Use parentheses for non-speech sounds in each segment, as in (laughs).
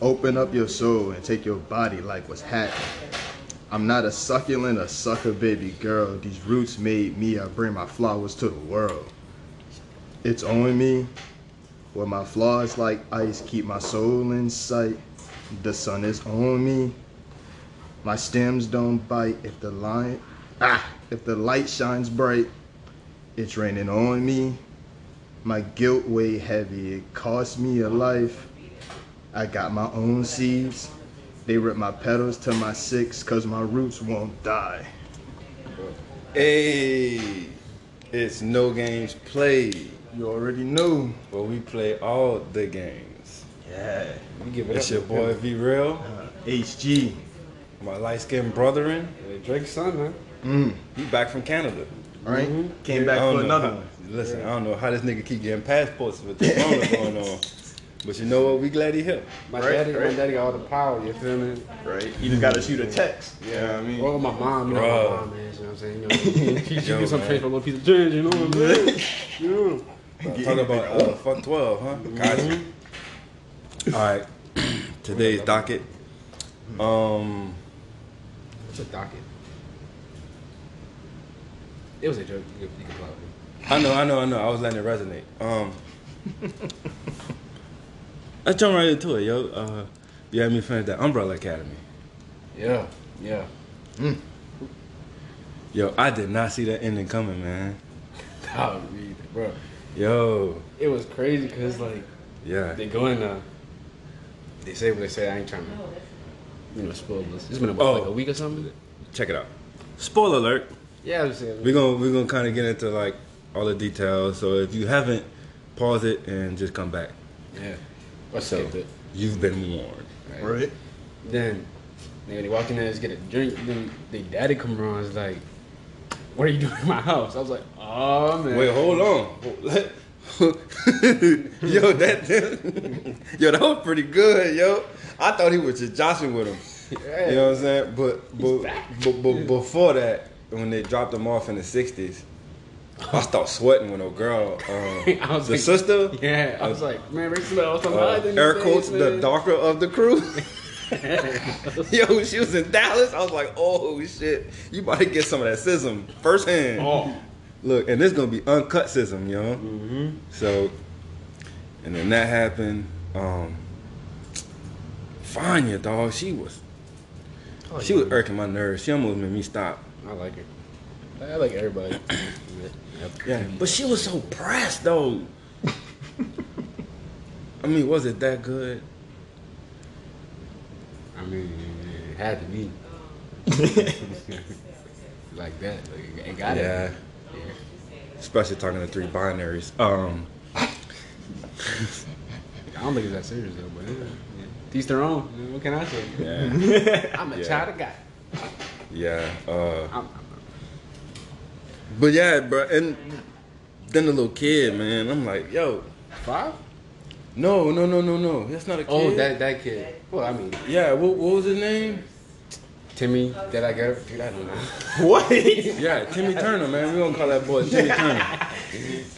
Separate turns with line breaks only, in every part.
Open up your soul and take your body like what's happening. I'm not a succulent, a sucker baby girl. These roots made me, I bring my flowers to the world. It's on me. With my flaws like ice, keep my soul in sight. The sun is on me. My stems don't bite if the light ah if the light shines bright. It's raining on me. My guilt weigh heavy. It cost me a life. I got my own seeds. They rip my petals to my six, cause my roots won't die.
Hey, it's no games played,
You already know.
but we play all the games.
Yeah.
We give
it
it's
up
your boy V Real,
Uh, HG.
my light skinned brotherin.
Hey, Drake's son, man.
Mm.
He back from Canada.
All right? Came
Yeah,
back
I don't
for
know
another
how-
one.
Listen, I don't know how this nigga keep getting passports with this corona going on, but you know what? We glad he here.
My
Right,
daddy,
right.
my daddy, all the power. You feel me?
Right? You just gotta shoot a text. Yeah, I mean.
Well, my mom, you know,
Bruh.
what my mom is. You know what I'm saying? You know, she she
Yo,
get some
man.
trade for a little piece of change. You know what I'm saying? You know.
Talk about uh, fuck twelve, huh? Gotcha. All right, (clears throat) today's docket. Um,
It's a docket. It was a joke. You could, you could probably.
I know, I know, I know. I was letting it resonate. Um, let's jump right into it, yo. Uh, you had me finish that Umbrella Academy.
Yeah, yeah.
Yo, I did not see that ending coming, man.
I'll read it, bro.
Yo,
It was crazy because like
yeah,
they go in, uh, they say what they say. I ain't trying to, you know, spoil this. It's been about
Oh.
like a week or something.
check it out. Spoiler alert.
Yeah, I was saying.
We're gonna we're gonna kind of get into like all the details. So if you haven't, pause it and just come back.
yeah. Or
So
skipped it.
you've been warned.
Right.
Right?
Then they, they walk in there, just get a drink. Then they daddy come around, is like, "What are you doing in my house?" I was like, "Oh man."
Wait, hold on. (laughs) yo, that (laughs) yo, that was pretty good, yo. I thought he was just joshing with him.
Yeah.
You know what I'm saying? But but,
back.
but but before that, when they dropped him off in the '60s, I started sweating when a girl, um,
(laughs) I was
the
like-
sister,
(laughs) Yeah, I was like, "Man, Rick I was talking
uh,
about
air quotes, the
(laughs)
darker of the crew. (laughs) Yo, she was in Dallas. I was like, oh shit, you about to get some of that sism firsthand.
Oh.
Look, and this gonna be uncut sism, yo. Mm-hmm. So, and then that happened. Um, Fanya, dog, she was, she was irking my nerves. She almost made me stop.
I like it. I like everybody. (laughs)
Yeah, but she was so pressed though. I mean, was it that good?
I mean, it had to be (laughs) like that. Like, it got
Yeah.
it. Yeah.
Especially talking to three binaries. Um,
I don't think it's that serious though, but yeah. Teach their own. What can I say?
yeah.
(laughs) I'm a
Yeah.
child of God.
Yeah. Uh,
I'm,
but yeah, bro. And then the little kid, man. I'm like, yo,
I'm five.
no, no, no, no, no. That's not a kid.
Oh, that that kid. Well, I mean,
Yeah. What, what was his name?
Timmy. Did I get it? Dude, I
(laughs)
don't know.
What?
Yeah, Timmy Turner, man. We gonna call that boy (laughs) Timmy Turner.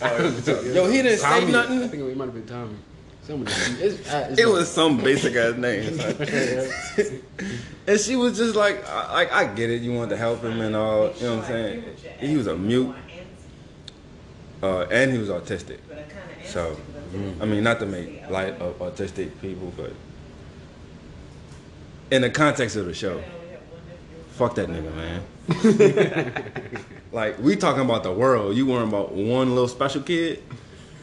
Oh, Yo, he didn't say
Tommy.
nothing.
I think it might have been Tommy. Someone. It's, uh, it's
It
(laughs)
was some basic ass name. (laughs) son. and she was just like, I, I, I get it. You want to help him and all. You know what I'm saying? He was a mute, uh, and he was autistic. So, I mean, not to make light of autistic people, but in the context of the show, fuck that nigga, man. (laughs) like, we talking about the world. You worrying about one little special kid?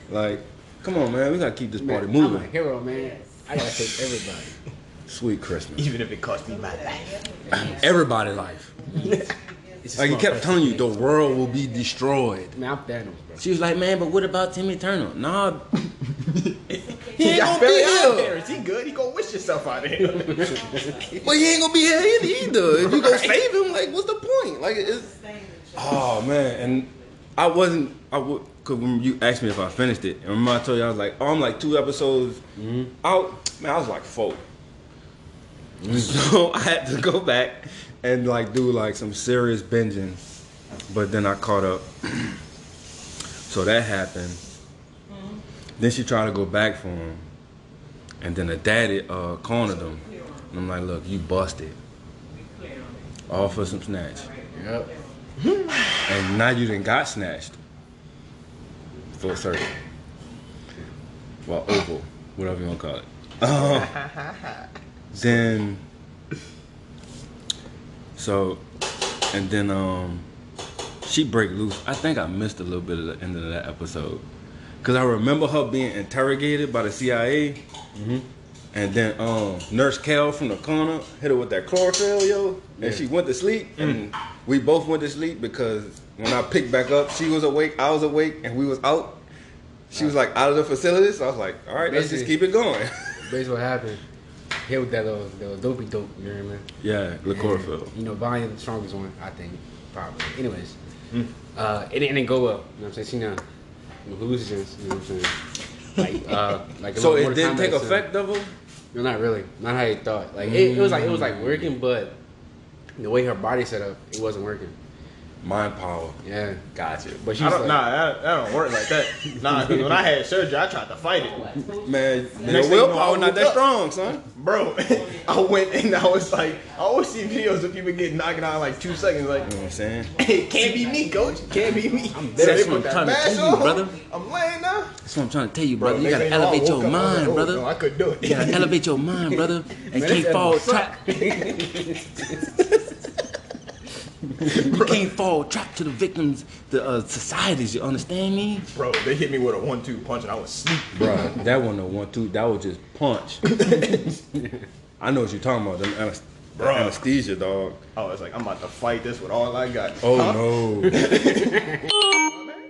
Like, come on, man. We gotta keep this party
Man, I'm a
moving.
hero, man. I gotta take everybody.
Sweet Christmas.
Even if it cost me my life.
Everybody life.
It's a
Like, he
small
kept
person.
telling you, the world will be destroyed.
Man, I'm Thanos, bro.
She was like, man, but what about Timmy Turner? (laughs) Nah. he ain't
Y'all (laughs)
gonna be
barely out
here.
there. Is he good? He gonna wish yourself out (laughs) of here.
(laughs) Well, he ain't gonna be here either. either. If you gonna save him, like, what's the point? Like, it's. Oh man, and I wasn't. I would. Cause when you asked me if I finished it, and remember I told you I was like, oh, I'm like two episodes out. Man, I was like four. (laughs) So I had to go back and like do like some serious binging, (clears throat) but then I caught up. so that happened. Then she tried to go back for him, and then the daddy uh, cornered him. And I'm like, look, you busted. All for some snatch,
Yep.
(sighs) and now you didn't got snatched. Full circle. Well, oval, whatever you wanna call it. (laughs) then, so, and then um, she break loose. I think I missed a little bit of the end of that episode, cause I remember her being interrogated by the CIA, and then um, Nurse Cal from the corner hit her with that chlorophyll, yo, and she went to sleep, and we both went to sleep because when I picked back up, she was awake, I was awake, and we was out. She was like out of the facility, so I was like, all right, let's just
Basically-
keep it going. (laughs)
Basically, what happened? Hit with that little, that little dopey dope. You know what I mean?
Yeah, the chlorophyll.
You know, volume the strongest one, I think, probably. Anyways,
Hmm.
uh, it, didn't- it didn't go well. You know what I'm saying? She now hallucinations. You know what I'm saying? Like, uh, like a
So
little
it
Mortal
didn't
Kombat
take
scene.
effect of her?
No, not really. Not how you thought. Like it, it was like it was like working, but the way her body set up, it wasn't working.
Mind power.
Yeah.
Gotcha.
But she's
I
like,
don't, nah, that, that don't work like that. Nah, 'cause when I had surgery, I tried to fight it,
Man, your
Next thing you know, I
willpower
woke
not that
up.
strong, son.
(laughs)
bro. I went and I was like, I always see videos of people getting knocked out in like two seconds. Like,
You know what I'm saying?
it can't be me, coach. It can't be me. I'm
dead. That's what I'm trying to tell you, brother.
I'm laying now.
That's what I'm trying to tell you, brother. you
next
gotta
thing know, I
elevate
woke
your
up, I was like,
mind,
oh,
brother.
No, I couldn't do
You
it.
gotta elevate your mind, brother, and can't
this
fall
animal
trap. you can't fall trap to the victims, the uh, societies. You understand me?
(laughs) Bro, they hit me with a one-two punch and I was sleeping.
Bruh, that one, the one, two, that was just punch.
(laughs)
I know what you're talking about. Them anes- the
Bruh.
anesthesia, dog.
I was like, I'm about to fight this with all I got.
Oh
Huh?
no.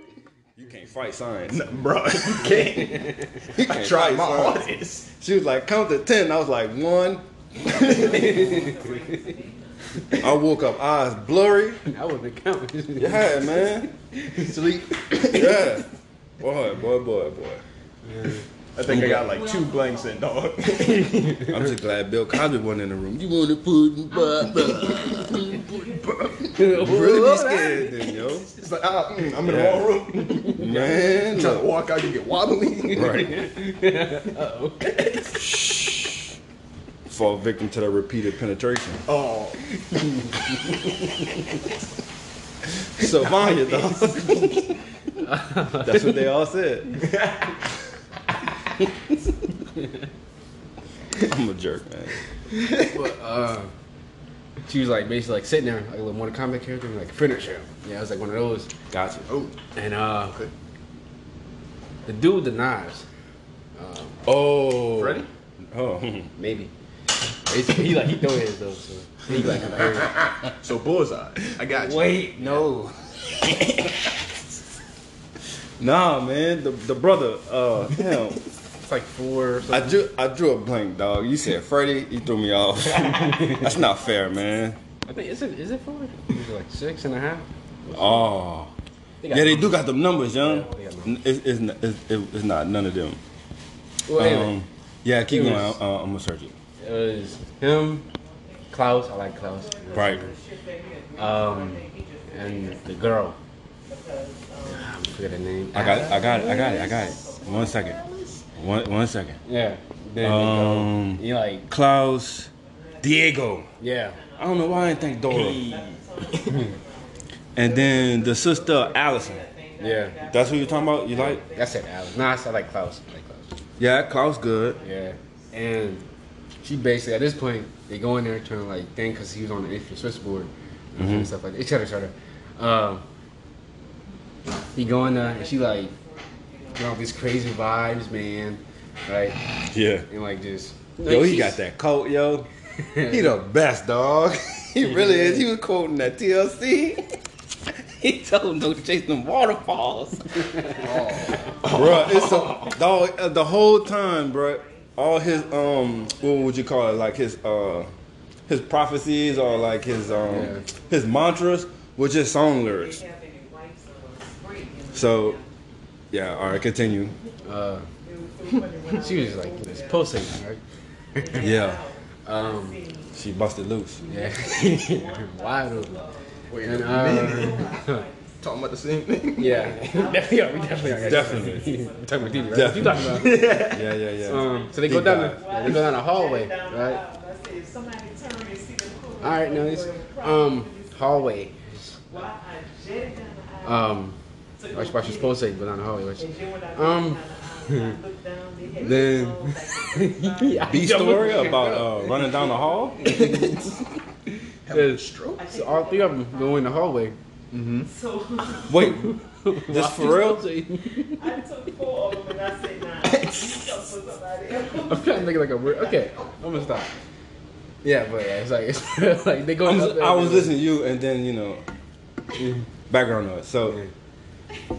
(laughs) you can't fight science.
(laughs) Bro, you can't.
You
I
can't fight
tried my
science.
hardest.
She was like, count to ten. I was like, one. (laughs) I woke up eyes blurry.
(laughs) I wouldn't count.
Yeah, man.
Sleep.
Yeah. Boy, boy, boy, boy.
I think I got like two blanks in, dog. (laughs)
I'm just glad Bill Cosby wasn't in the room. You want to put butt, really scared then, yo.
It's like, ah, mm, I'm in
Yeah.
the wrong room.
Man,
Trying to
look.
walk out, you get wobbly.
right. (laughs) Oh. Fall victim to that repeated penetration.
(laughs) Oh,
Savanya, dog. That's what they all said. I'm a jerk, man.
But, (laughs) uh, she was like basically like sitting there like a little Mortal Kombat character, like finish him. Yeah, I was like one of those.
Gotcha.
oh,
And uh, the dude with the knives,
Oh.
Freddy?
Oh.
maybe. Basically, he like he throw his though. So he like a
so bullseye. I got you.
wait no.
Nah, man. The, the brother, uh, him.
It's like four.
(laughs)
Or
I
something.
drew, I drew a blank, dog. You said Freddie, you threw me (laughs) off. That's not fair, man.
I think is it is it four? Is it like six and a half?
Oh.
got
yeah, they do got them numbers, young.
Yeah, they got numbers.
N- it's, it's, n- it's, it- it's not none of them.
Well, anyway,
Um, yeah, keep
It
going.
was-
uh, I'm gonna search it.
it was him, Klaus. I like Klaus.
Right.
Um, and the girl. Ah, I forget her name.
I got, I got it. I got it. I got it. One second. One, one second.
Yeah. Then
Um,
you like
Klaus, Diego.
yeah.
I don't know why I didn't think Dora. (laughs) and then the sister Allison.
Yeah,
That's who you're talking about. You like?
that's it, Alex. Nah, I said like Klaus. I like Klaus.
Yeah, Klaus good.
Yeah, and she basically at this point they go in there trying to like thing because he was on the infant switchboard
Mm-hmm.
and stuff like that. Et cetera, et cetera. Um, he go in there and she like you know these crazy vibes, man, right?
Yeah.
And like just
Yo, he got that coat, yo. He the best, dog. (laughs) He really is. He was quoting that TLC. (laughs) He told him don't chase them (laughs) waterfalls. Bruh, it's a, dog, uh, the whole time, bruh, all his, um, what would you call it? Like his, uh, his prophecies or like his, um,
Yeah.
his mantras were just song lyrics. So, yeah, all right, continue.
Uh, she was like just pulsating, right?
Yeah,
Um,
she busted loose.
(laughs) yeah, wide open.
Wait
And,
a minute.
uh,
Talking about the same
(laughs)
thing.
Yeah, definitely are. We definitely are.
Definitely.
(laughs) We're talking about TV, right? What you talking about?
Yeah, yeah, yeah.
Um, so they go
Deep
down,
dive.
the, yeah, they go down a hallway, right? All right, now this um hallway. Um, I suppose you're supposed to say go down the hallway.
(laughs)
Which, (laughs)
Um.
Then-
yeah,
B story
(laughs)
about uh, running down the hall.
Having stroke. So all three of them go in the hallway.
So
Wait, this for real?
(laughs)
I took four of them and I said, nah, you come for somebody else.
I'm trying to think of like a word. Okay, I'm gonna stop. Yeah, but yeah, it's like it's (laughs) like they go.
I'm,
up there,
I was
they're-
listening to you, and then you know, background noise. So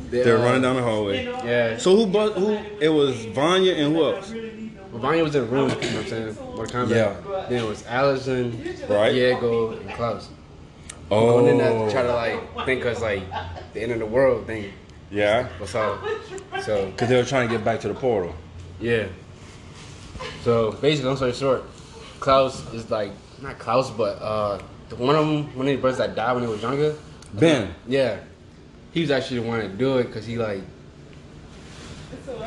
They're,
they're
uh,
running down the
You
hallway.
know,
Yeah.
So who? bu- Who? It was Vanya and who else?
Well, Vanya was in the room. You know what I'm saying? Mortal Kombat.
Yeah.
Then it was Allison,
Right.
Diego, and Klaus.
Oh,
Going in there to try to like think us like the end of the world thing.
yeah.
What's up? So
Because they were trying to get back to the portal.
Yeah. So basically, long story short, Klaus is like not Klaus, but uh, the one of them, one of the brothers that died when he was younger.
Ben.
Yeah, he was actually the one to do it because he like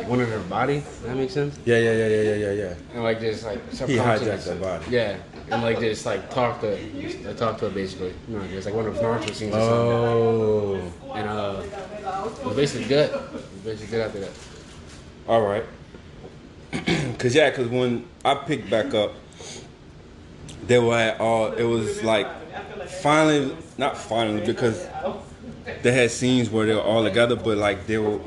wanted her body. Does that make sense?
Yeah, yeah, yeah, yeah, yeah, yeah, yeah.
And like just like some
He
conversation-
hijacked that body.
Yeah, and like just like talk to, like, talk to her basically. You know, just like one of those naruto scenes. or something.
Oh.
And uh, it was basically good. It was basically good after that.
All right. (clears throat) cause yeah, cause when I picked back up, they were at all. It was like finally, not finally, because they had scenes where they were all together, but like they were,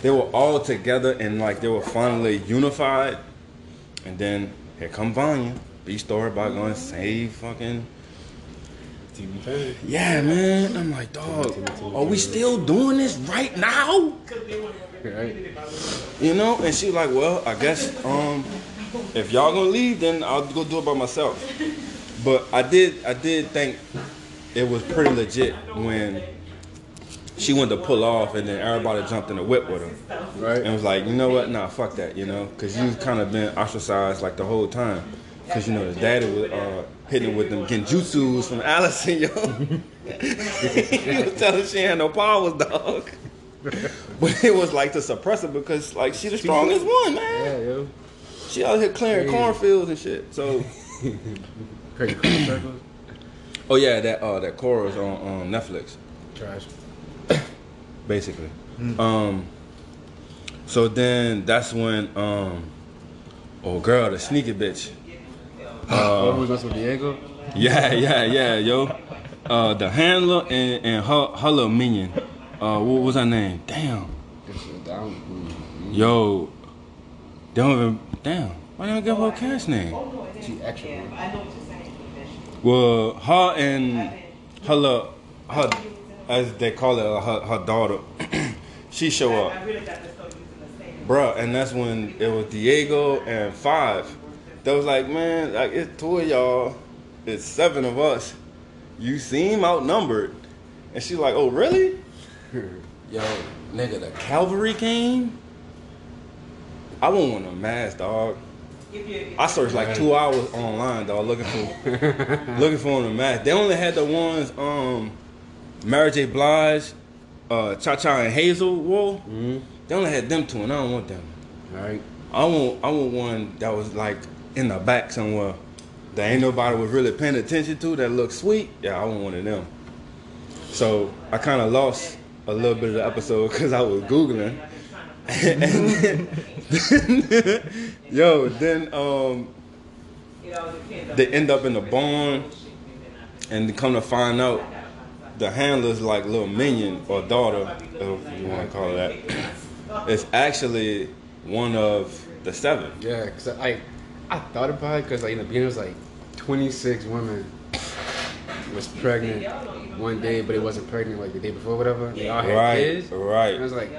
they were all together and like they were finally unified. And then here come Vanya, B story about going save fucking. Yeah, man. I'm like, dog. Are we still doing this right now?
Right?
You know, and she was like, well, I guess um, if y'all gonna leave, then I'll go do it by myself. But I did, I did think it was pretty legit when she went to pull off, and then everybody jumped in the whip with her,
Right.
and was like, you know what? Nah, fuck that. You know, because you've kind of been ostracized like the whole time, because you know the daddy was uh, hitting with them genjutsus from Allison, yo. (laughs) he was telling she had no powers, dog. (laughs) But it was like to suppress it because like she the strongest one, man.
Yeah, yo.
She out here clearing
Crazy.
cornfields and shit. So,
Crazy crop circles.
oh yeah, that uh, that chorus on um, Netflix,
Trash.
basically. Um, so then that's when um, oh girl, the sneaky bitch. Uh.
Oh, who was messing with Diego?
Yeah, yeah, yeah, yo. Uh, the handler and and her her little minion. Uh, what was her name? Damn,
Mm.
yo. They don't even damn. Why they don't give her a cash name?
She actually won.
I know what you're saying.
Well, her and her little, her as they call it, her, her daughter, (clears throat) she show
I
up,
really got this so using the same.
bruh, and that's when it was Diego and Five. That was like, man, like it's two of y'all, it's seven of us. You seem outnumbered, and she's like, oh really? Yo, nigga, the cavalry came. I wouldn't want a mask, dog.
If you
I searched like two hours online, dog, looking for looking for them match. They only had the ones um Mary J. Blige, uh Cha Cha and Hazel Wall. They only had them two and I don't want them.
All right.
I want I want one that was like in the back somewhere. That ain't nobody was really paying attention to that looked sweet. Yeah, I want one of them. So I kinda lost a little bit of the episode because I was Googling. (laughs) and then, yo, then um
it all depends on
they end up in the barn and come to find out the handler's like little minion or daughter if you want to call it that (clears throat) it's actually one of the seven
Yeah, because I, I thought about it because like in the beginning it was like 26 women was pregnant one day, but it wasn't pregnant like the day before, whatever. They all had
Right,
kids.
right.
And I was like,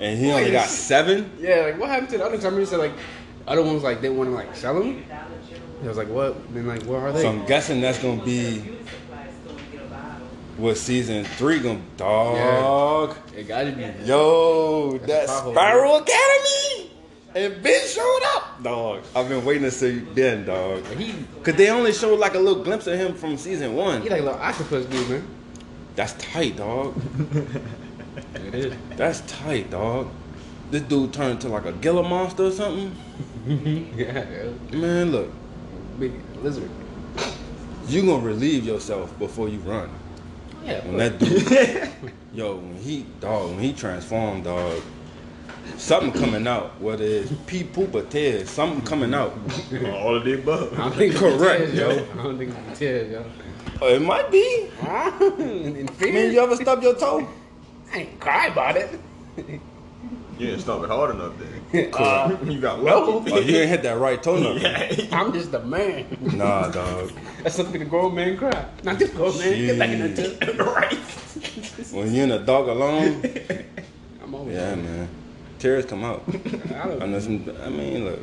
and he only got seven
yeah, like what happened to the other? Because I remember said like other ones like they want to like sell them. And I was like, what? Then like where are they?
so i'm guessing that's gonna be what season three gonna dog
it got to be.
yo that
That's a pothole,
spiral academy and ben showed up dog i've been waiting to see ben dog
He,
because they only showed like a little glimpse of him from season one
he like a little octopus dude, man.
That's tight, dog.
It is.
That's tight, dog. This dude turned to like a Gila monster or something.
(laughs) yeah, yo.
Man, look,
big lizard.
you gonna relieve yourself before you run.
Yeah,
When that dude, yo, when he dog, when he transformed, dog, something coming out. Whether it's pee poop or tears, something coming out.
All of the above.
I don't think
Correct,
correct, yo. I don't think it's tears, yo.
Oh, it might be.
(laughs)
I
in, in
mean,
fear,
you ever stub your toe?
I ain't cry about it.
You didn't stop it hard enough then. (laughs) you got lucky.
Oh, you ain't hit that right toe, nothing.
I'm just a man.
Nah, dog.
That's something the grown man cry. Not this grown man. Get back in that tub.
right.
When you and a dog alone,
I'm always.
yeah, man, tears come out.
I
I
don't,
know some. I mean, look,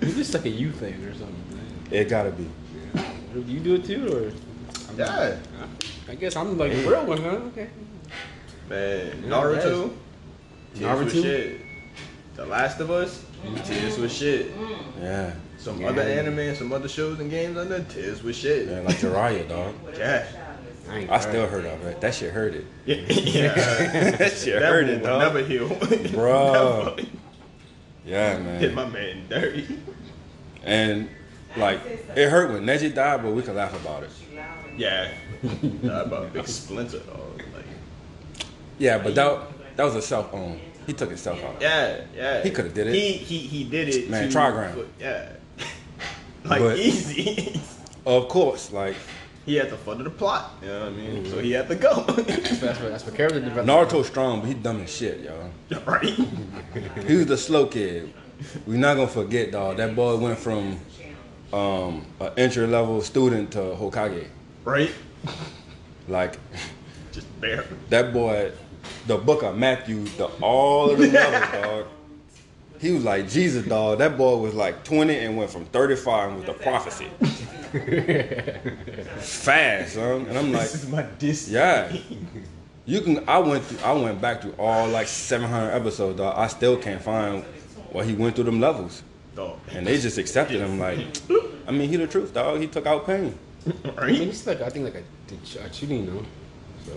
you just like a you thing or something. man.
it gotta be.
You do it too, or?
Yeah.
I guess I'm like the real one, huh? Okay.
Man, Naruto. Tears
Naruto?
was shit. The Last of Us. Mm-hmm. Tears was shit.
Yeah,
Some other anime and some other shows and games on there. Tears was
yeah,
shit.
like Jiraiya, dog.
Yeah.
I, ain't
I
cry.
still heard of it. That shit hurt it.
Yeah. (laughs) yeah.
that shit
that
hurt
one
it, Oh,
will
dog.
never
(laughs)
heal. (laughs)
Bruh.
Never.
Yeah, man.
Hit my man dirty.
And like, it hurt when Neji died, but we could laugh about it.
Yeah. Nah, about big splinter dog. Like,
Yeah, but that that was a self own. He took himself out.
yeah, yeah.
He coulda did it.
He he he did it.
Man,
to-
trigram.
Yeah. (laughs) like
But-
easy. (laughs)
Of course, like
he had to further the plot. You know what I mean?
Mm-hmm.
So he had to go. (laughs)
That's what, that's what, that's what character development.
Naruto strong, but he dumb as shit, y'all.
right.
He was the slow kid. we not gonna forget, dog. That boy went from um, an entry level student to Hokage.
Right.
Like (laughs)
Just barely.
that boy, the book of Matthew, the all of the levels, dog. He was like Jesus, dog. That boy was like 20 and went from 35 with the prophecy. Fast, son. And I'm like,
This is my dis.
yeah. You can. I went. Through, I went back through all like 700 episodes, dog. I still can't find where he went through them levels,
Dog.
and they just accepted him. Like, I mean, he the truth, dog. He took out pain.
I mean,
(laughs) Right.
it's like I think like a, a shooting, though. So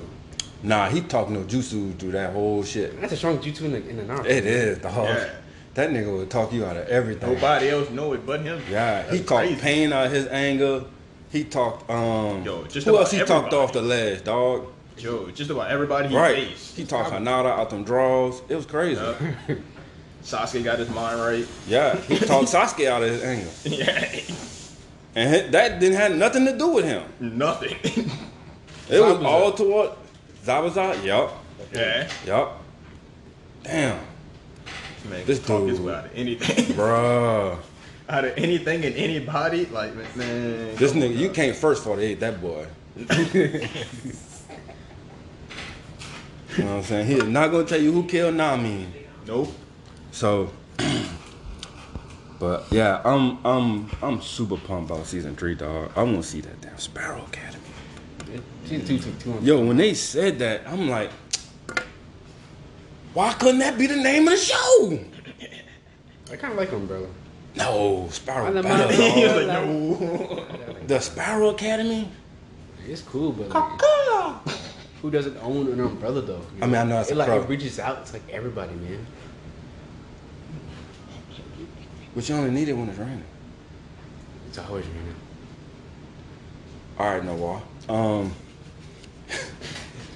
Nah, he talked no jutsu through that whole shit.
that's a strong jutsu in the in the Naruto.
It is, dog.
Yeah.
That nigga would talk you out of everything.
Nobody else know it but him.
Yeah, he
That's
caught
crazy.
pain out of his anger. He talked. Um,
Yo, just
who
about
else he talked
everybody.
off the ledge, dog?
Yo, just about everybody he
right.
faced.
He talked Hanada out them draws. It was crazy.
Yup. Sasuke got his mind right. (laughs)
Yeah, he talked Sasuke out of his anger,
yeah.
and he- that didn't have nothing to do with him.
Nothing. (laughs)
It was
Zabuza.
all toward Zabuza. Yup,
yeah.
yup. Damn,
Man,
This
this talk his
dude.
way out of anything. (laughs)
bruh.
out of anything and anybody. Like, man.
This nigga, you can't first forty-eight that boy. you know what I'm saying? He is not gonna tell you who killed Nami.
Nope.
So, (clears throat) but yeah, I'm I'm I'm super pumped about season three, dog. I want to see that damn Sparrow Academy.
She's two two two.
Yo, when they said that, I'm like, why couldn't that be the name of the show?
I kind of like Umbrella.
No,
I
Sparrow.
love
better,
my-
He
dog.
was like, no.
the Sparrow Academy.
It's cool, but like, who doesn't own an umbrella though? you
I mean, I know it's
it,
a
like
pro.
it reaches out to like everybody, man.
But you only need it when it's raining.
It's always raining.
All right, Noah. Um,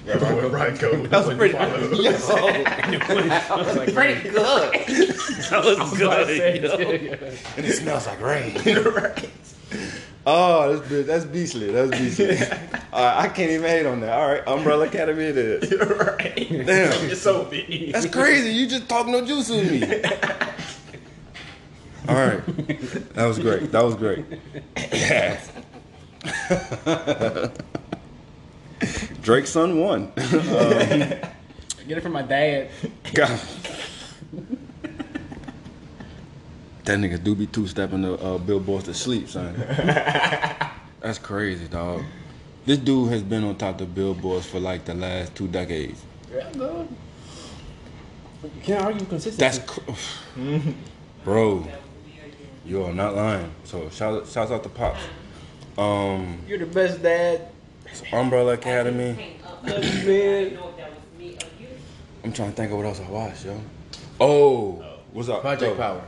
Where I (laughs) go, that was pretty.
Pretty good.
(laughs) That was good.
and it smells like (laughs) rain. Oh, that's be- that's beastly. That's (laughs) beastly. All right, I can't even hate on that. All right, Umbrella Academy it is. (laughs)
right.
Damn.
It's so big.
That's crazy. You just talk no juice with me. (laughs) All right. That was great. That was great. (laughs) Drake's son won.
I (laughs) get it from my dad.
(laughs) God. That nigga do be two stepping the uh, billboards to sleep,
(laughs)
son. That's crazy, dog. This dude has been on top of the billboards for like the last two decades.
Yeah, no. You can't argue consistency.
That's cr- (sighs) bro. You are not lying. So shout shouts out to Pops. Um,
You're the best dad.
so Umbrella Academy.
love you,
Man.
know if that was me or you.
I'm trying to think of what else I watched, yo. Oh, what's up?
Project
yo,
Power.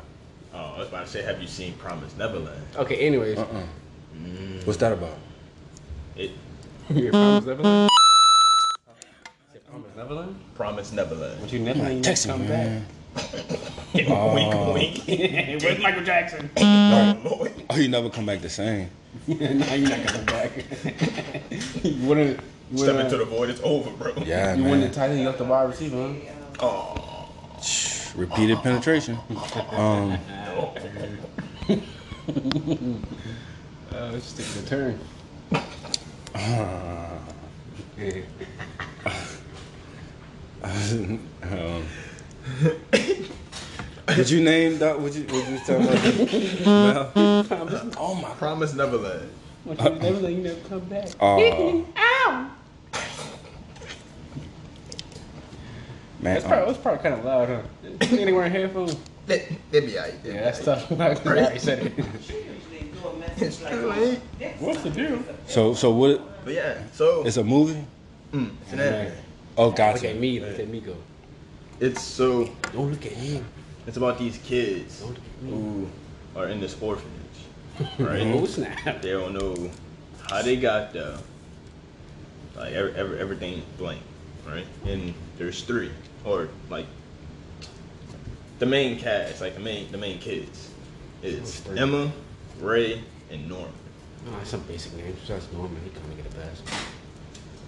Oh, I was about to say, have you seen Promise Neverland?
Okay, anyways.
Uh-uh. What's that about?
It
Your promise Neverland? Your promise Neverland?
Promise
(laughs)
Neverland.
But you never you
Text
never
him,
come (laughs)
man.
(laughs)
(laughs)
wink, wink.
Where's Michael Jackson?
Oh, you never come back the same.
back. nah, you're not coming back. (laughs) you wouldn't. You
Step
wouldn't,
into the void. It's over, bro.
Yeah,
you
man.
wouldn't have tied you up the wide receiver, huh?
Repeated
(laughs)
penetration. Um,
Uh, let's just take the turn. Uh,
um, did you name that? Would you? Would you tell
(laughs)
me?
Oh my. Promise Neverland.
But you never, you never come back.
Oh, man. uh,
That's probably, that's probably kind of loud, huh? (laughs) You ain't wearing headphones.
They, they be alright.
Yeah, that's tough. (laughs) I already said it.
She usually do a message like,
too
oh,
late.
this
What's the deal?
So, so what?
But yeah, so
It's a movie.
mm, it's an anime.
Oh,
Look at
gotcha.
me. Look at me go.
It's so
Don't look at him.
it's about these kids who are in this orphanage,
(laughs)
right?
Oh (laughs) snap!
they don't know how they got there. Like every, every, everything's blank, right? And there's three, or like the main cast, like the main the main kids. It's Emma, Ray, and Norman.
Oh, that's some basic names. That's normal. He coming to get a pass.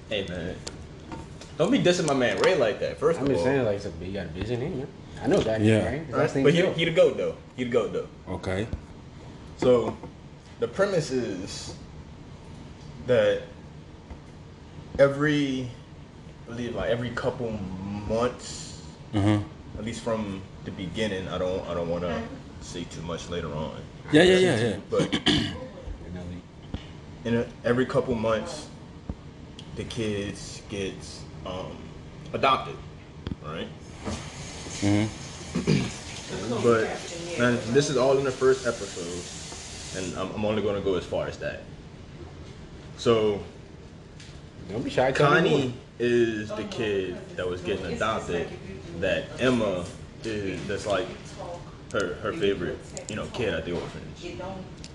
Hey man, don't be dissing my man Ray like that. First
I'm
of all,
just saying, like, it's a, you got a busy name. Man. I know that.
Yeah.
Right? His
Right?
last name
but he
Hill.
he the goat though. He the goat though.
Okay.
So, the premise is that every, I believe like every couple months,
Uh-huh.
at least from the beginning. I don't I don't want to say too much later on,
Yeah, yeah, yeah, yeah.
but
And then
in a, every couple months, the kids gets um, adopted, right?
Mm-hmm.
(clears throat) But and this is all in the first episode, and I'm, I'm only going to go as far as that. So
he- Don't be shy. tell me
Connie is the kid that was getting adopted. That Emma is that's like her her favorite, you know, kid at the orphanage.
It don't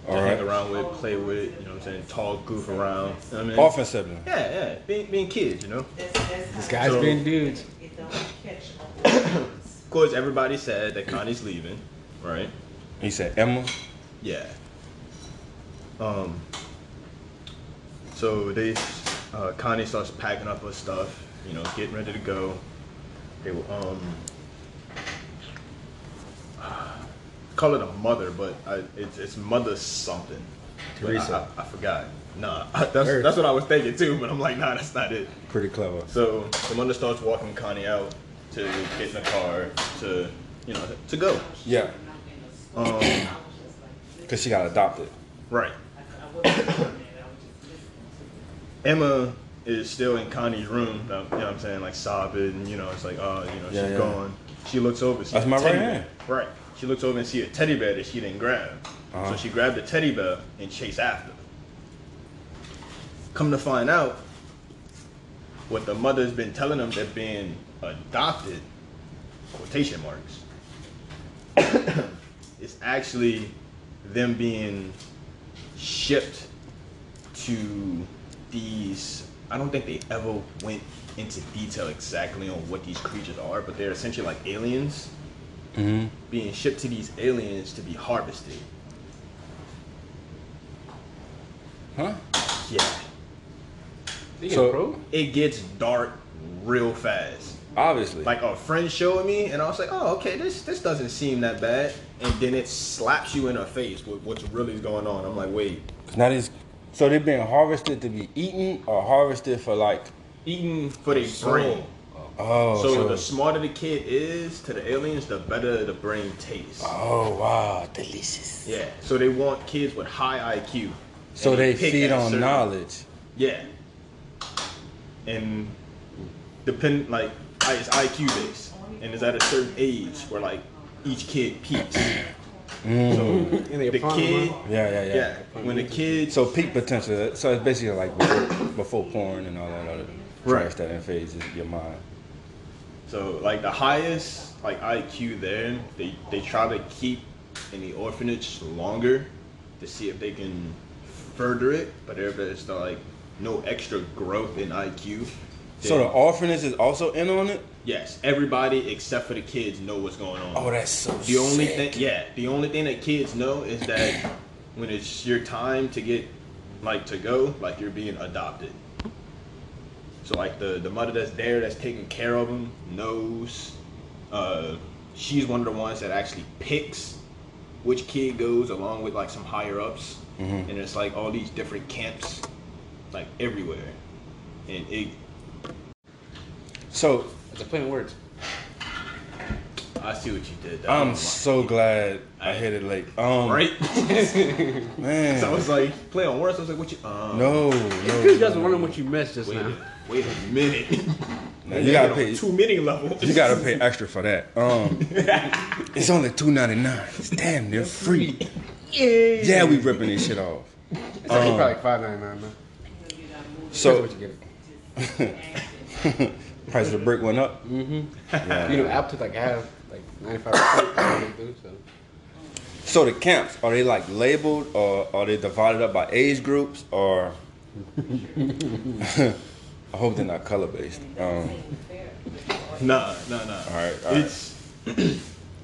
All
to hang
right.
around with, play with, you know what I'm saying, talk, goof around. You know what I mean?
Orphan sibling.
Yeah, yeah, being, being kids, you know.
That's, that's
This
how
guy's
So-
been dudes.
it don't catch
(coughs)
on.
Of course, everybody's sad that Connie's leaving, right?
He said Emma.
Yeah. Um. So they, uh, Connie starts packing up her stuff, you know, getting ready to go. They will, um, (sighs) call it a mother, but I, it's, it's mother something. But I-
Teresa.
I, I, forgot. Nah, (laughs) that's, that's what I was thinking too, but I'm like, nah, that's not it.
Pretty clever.
So the mother starts walking Connie out to get in the car to, you know, to go.
Yeah.
Um,
Cause she got adopted.
right. Emma is still in Connie's room. um, You know what I'm saying? Like sobbing. You know, it's like, oh, you know,
Yeah,
she's
yeah.
gone. She looks over. sees
That's
a
my right
teddy
hand.
Bear. Right. She looks over and see a teddy bear that she didn't grab. So she grabbed the teddy bear and chased after. Come to find out, what the mother's been telling them they're being adopted, quotation marks, (coughs) is actually them being shipped to these. I don't think they ever went into detail exactly on what these creatures are, but they're essentially like aliens being shipped to these aliens to be harvested.
Huh?
Yeah,
He a
So-
pro.
it gets dark real fast.
Obviously.
Like a friend showed me, and I was like, "Oh, okay, this this doesn't seem that bad." And then it slaps you in the face with what's really going on. I'm like, "Wait,
Now this, so they're being harvested to be eaten or harvested for like.
eating for their brain."
Oh,
So
so,
the smarter the kid is to the aliens, the better the brain tastes.
oh wow, delicious.
Yeah. So they want kids with high IQ.
So
And
they
pick
feed
at
on
certain-
knowledge.
Yeah. And depend like I- it's IQ based, and it's at a certain age where like each kid peaks. So
And they
the
prime,
kid,
huh?
Yeah, yeah, yeah.
yeah, when the kid
So peak potential. So it's basically like before, before porn and all that other.
Right.
trash that invades your- your mind.
So like the highest like IQ there, they they try to keep in the orphanage longer to see if they can further it. But if there's like no extra growth in IQ,
So the
then-
orphanage is also in on it.
yes, everybody except for the kids know what's going on.
Oh, that's so.
The only thing, yeah, the only thing that kids know is that when it's your time to get, like, to go, like you're being adopted. So like the the mother that's there, that's taking care of them, knows. Uh, she's one of the ones that actually picks which kid goes, along with like some higher ups,
Mm-hmm.
and it's like all these different camps, like everywhere, and it.
So
It's a play on words.
I see what you did. That
I'm
was my-
so glad I
I-
hit it late. Um,
(laughs) right.
man.
(laughs) so I was like, play on words. I was like, what you? Um,
no,
(laughs)
no.
You guys were wondering what you missed just
Wait,
now.
a- wait a
(laughs)
minute. (laughs)
Now, you gotta
on
pay.
too many
(laughs)
levels.
You gotta pay extra for that. Um,
(laughs)
it's only two ninety nine. It's damn near free. Yeah, we ripping this shit off.
It's actually probably like five ninety nine, man.
Oh. So
That's what you get.
price of the brick went up.
You know, Apple took like half, like ninety five percent. So
So the camps are they like labeled or are they divided up by age groups or? (laughs) I hope they're not color based. Um,
Nah, nah, nah.
all right, all right.
It's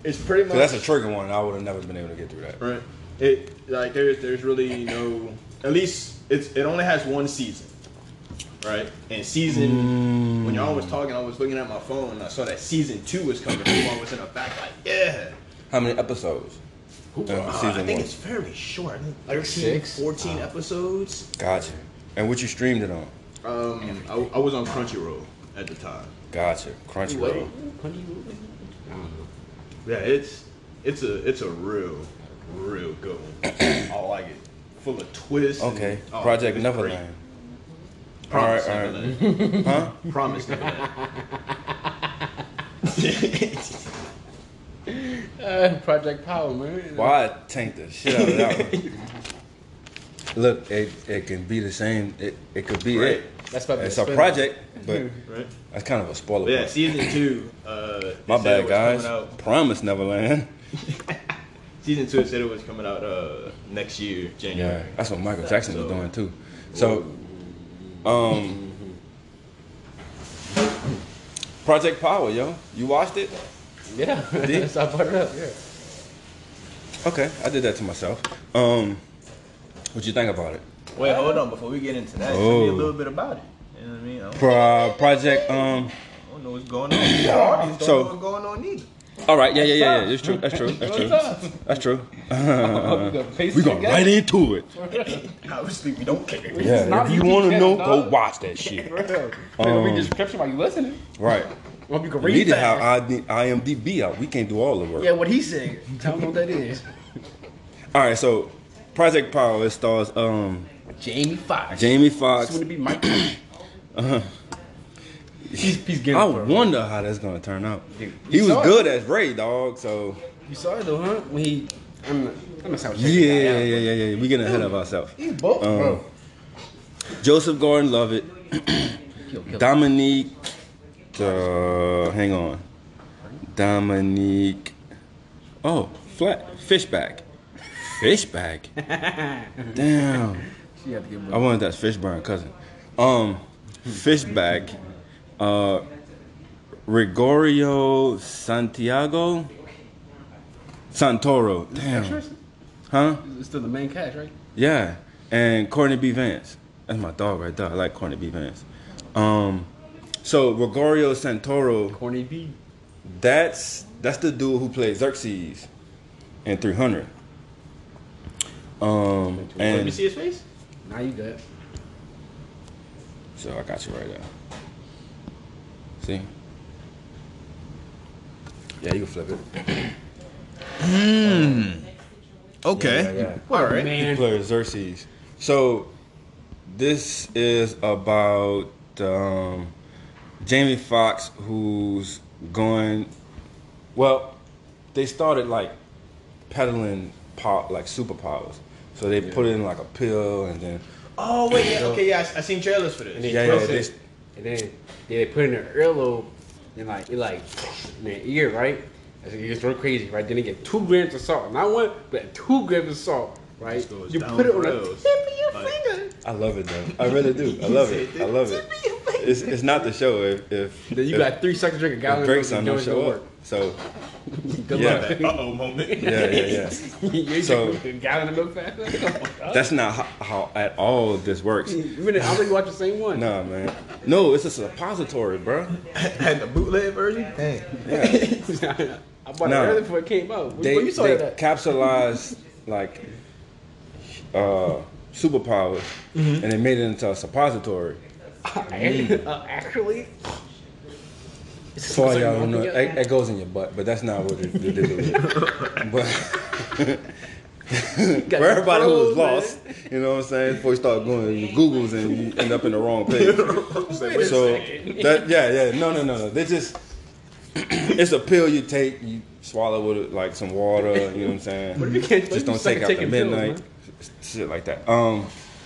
it's pretty much
'Cause that's a trigger one. and I would have never been able to get through that.
right. It like there's there's really no at least it's it only has one season, right? And season when y'all was talking, I was looking at my phone and I saw that season two was coming. through. I was in the back like, yeah.
How many episodes? of
Uh, I think it's fairly short. I think 13,
six?
14 episodes.
Gotcha. And what you streamed it on?
Um, I, I was on Crunchyroll at the time.
Gotcha. Crunchyroll.
Yeah, it's it's a it's a real real good one. I like it. Full of twists. and-
Okay.
oh,
Project
it's
Neverland.
great. Promise
All right, all right.
Neverland.
Huh?
Promise Neverland.
(laughs)
Uh, Project Power, man.
Why I tanked the shit out of that one? (laughs) Look, it, it can be the same. It, it could be
Right.
it.
That's about to
It's
be
a
spin-off.
project, but
Right.
that's kind of a spoiler.
But yeah,
part.
season two. Uh, it
My
said
bad,
it was coming
guys.
out-
Promise Neverland.
season two it said it was coming out uh, next year,
Yeah,
January.
that's what Michael Jackson was
So-
doing too. So, um, Project Power, yo, you watched it?
Yeah, (laughs) that's how I brought it up. Yeah.
Okay, I did that to myself. Um, what you think about it?
Wait, hold on. Before we get into that,
tell me a little
bit about it. You know what I mean? I don't,
Pro- uh, Project, um,
know what's going on. The audience
don't So- know what's
going on either.
all right, yeah, yeah, yeah, yeah, it's true, that's true, that's true, that's true.
(laughs)
We're gonna paste
We
it
going
together.
right into it.
Obviously, we don't care.
Yeah,
not
if you
YouTube
want to
channel,
know, go
dog.
watch that shit.
Bro, um, read the description while you listening.
Right.
Or you can
We need
read
to
that.
have ID- IMDb out. We can't do all the work.
yeah, what he said. Tell him what that is.
All right, so Project Power it stars um,
Jamie Foxx.
(laughs) Jamie Foxx. Uh-huh.
Soon to be
(clears throat)
Mike. He's, he's getting
I
it, bro.
wonder how that's gonna turn out.
Dude,
He
you
was
saw
good as Ray, dog. So
You saw it though, huh? When he, I'm not, I'm not sound
yeah, yeah, yeah, yeah, yeah. We getting ahead of ourselves.
You both,
Um,
bro.
Joseph Gordon-Levitt,
Kill, kill.
Dominique. Uh, hang on, Dominique. Oh, flat fishback, fishback.
(laughs)
Damn.
she had to get
I wanted that Fishburne cousin. Um, Fishback, uh, Gregorio Santiago Santoro. Damn. Huh?
It's still the main catch, right?
Yeah. And Courtney B. Vance. That's my dog right there. I like Courtney B. Vance. Um, so Gregorio Santoro,
Corny B.
that's that's the dude who played Xerxes in 300. Um,
Let me
and
see his face.
Now you good.
So I got you right there. See? Yeah, you can flip it.
Hmm. Okay.
Yeah, yeah,
All right.
yeah. Player Xerxes. So this is about um, Jamie Foxx who's going well, they started like peddling pop like superpowers. So they put in like a pill and then
Oh wait, yeah, okay, yeah, I, I seen trailers for this.
yeah, yeah,
Twist
they,
it. and then they put in her earlobe, and like it like in their ear, right? I said, you just run crazy, right? Then they get two grams of salt, not one, but two grams of salt, right?
goes
You
down
put it on the
grills.
tip of your
Like-
finger.
I love it though. I really do. I love it. I love it. It's, it's not the show if if
Then you
if,
got three seconds to drink a
if
gallon.
breaks
of
on
milk,
don't
you
show
know it's
up. So
gonna
Yeah.
work. Good
Uh oh (laughs) moment.
yeah, yeah, yeah.
luck. (laughs) you
So-
drink a gallon of milk (laughs) fast.
That's not how, how at all this works.
Even I already watch the same one.
Nah, man. No, it's a suppository, bro.
Had the bootleg version. Dang.
Yeah.
(laughs) I bought
Nah.
it early before it came out. Where-
They,
where you saw
they
that? at?
capitalized like uh, superpowers,
Mm-hmm.
and they made it into a suppository.
(laughs)
Mm.
Uh, actually,
So y'all don't know, it, it goes in your butt, but that's not what it, it is.
(laughs)
with it. but
got
for everybody who was
froze, man.
lost, you know what I'm saying? Before you start going, you Google's and you end up in the wrong page.
(laughs)
so that yeah yeah no no no no they just (clears throat) it's a pill you take you swallow with it, like some water you know what I'm saying
if you can't- what if
just
you
don't
suck
take
at
out the
taking pills, Hmm.
midnight s- shit like that um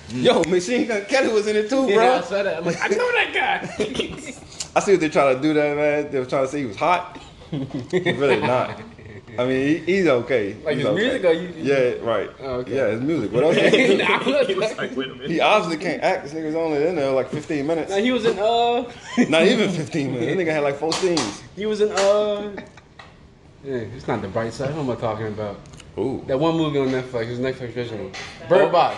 yo Machine Gun Kelly was in it too bro
yeah, I saw that. I'm like, I know that (laughs) guy.
I see what they're trying to do there, man. They were trying to say he was hot. He's really not. I mean, he, he's okay.
Like
he's
his
okay.
music, or you? you-
Yeah, right.
Oh, okay.
Yeah, his music.
(laughs)
What else? Can he, do?
Nah, I love that.
Like wait a minute.
he obviously can't act. This nigga's only in there like 15 minutes.
Nah, he was in uh,
Not even 15 minutes. That nigga had like four scenes.
he was in uh. Yeah, it's not the bright side. What am I talking about?
Ooh.
That one movie on Netflix. It was Netflix original. Bird (laughs) Box.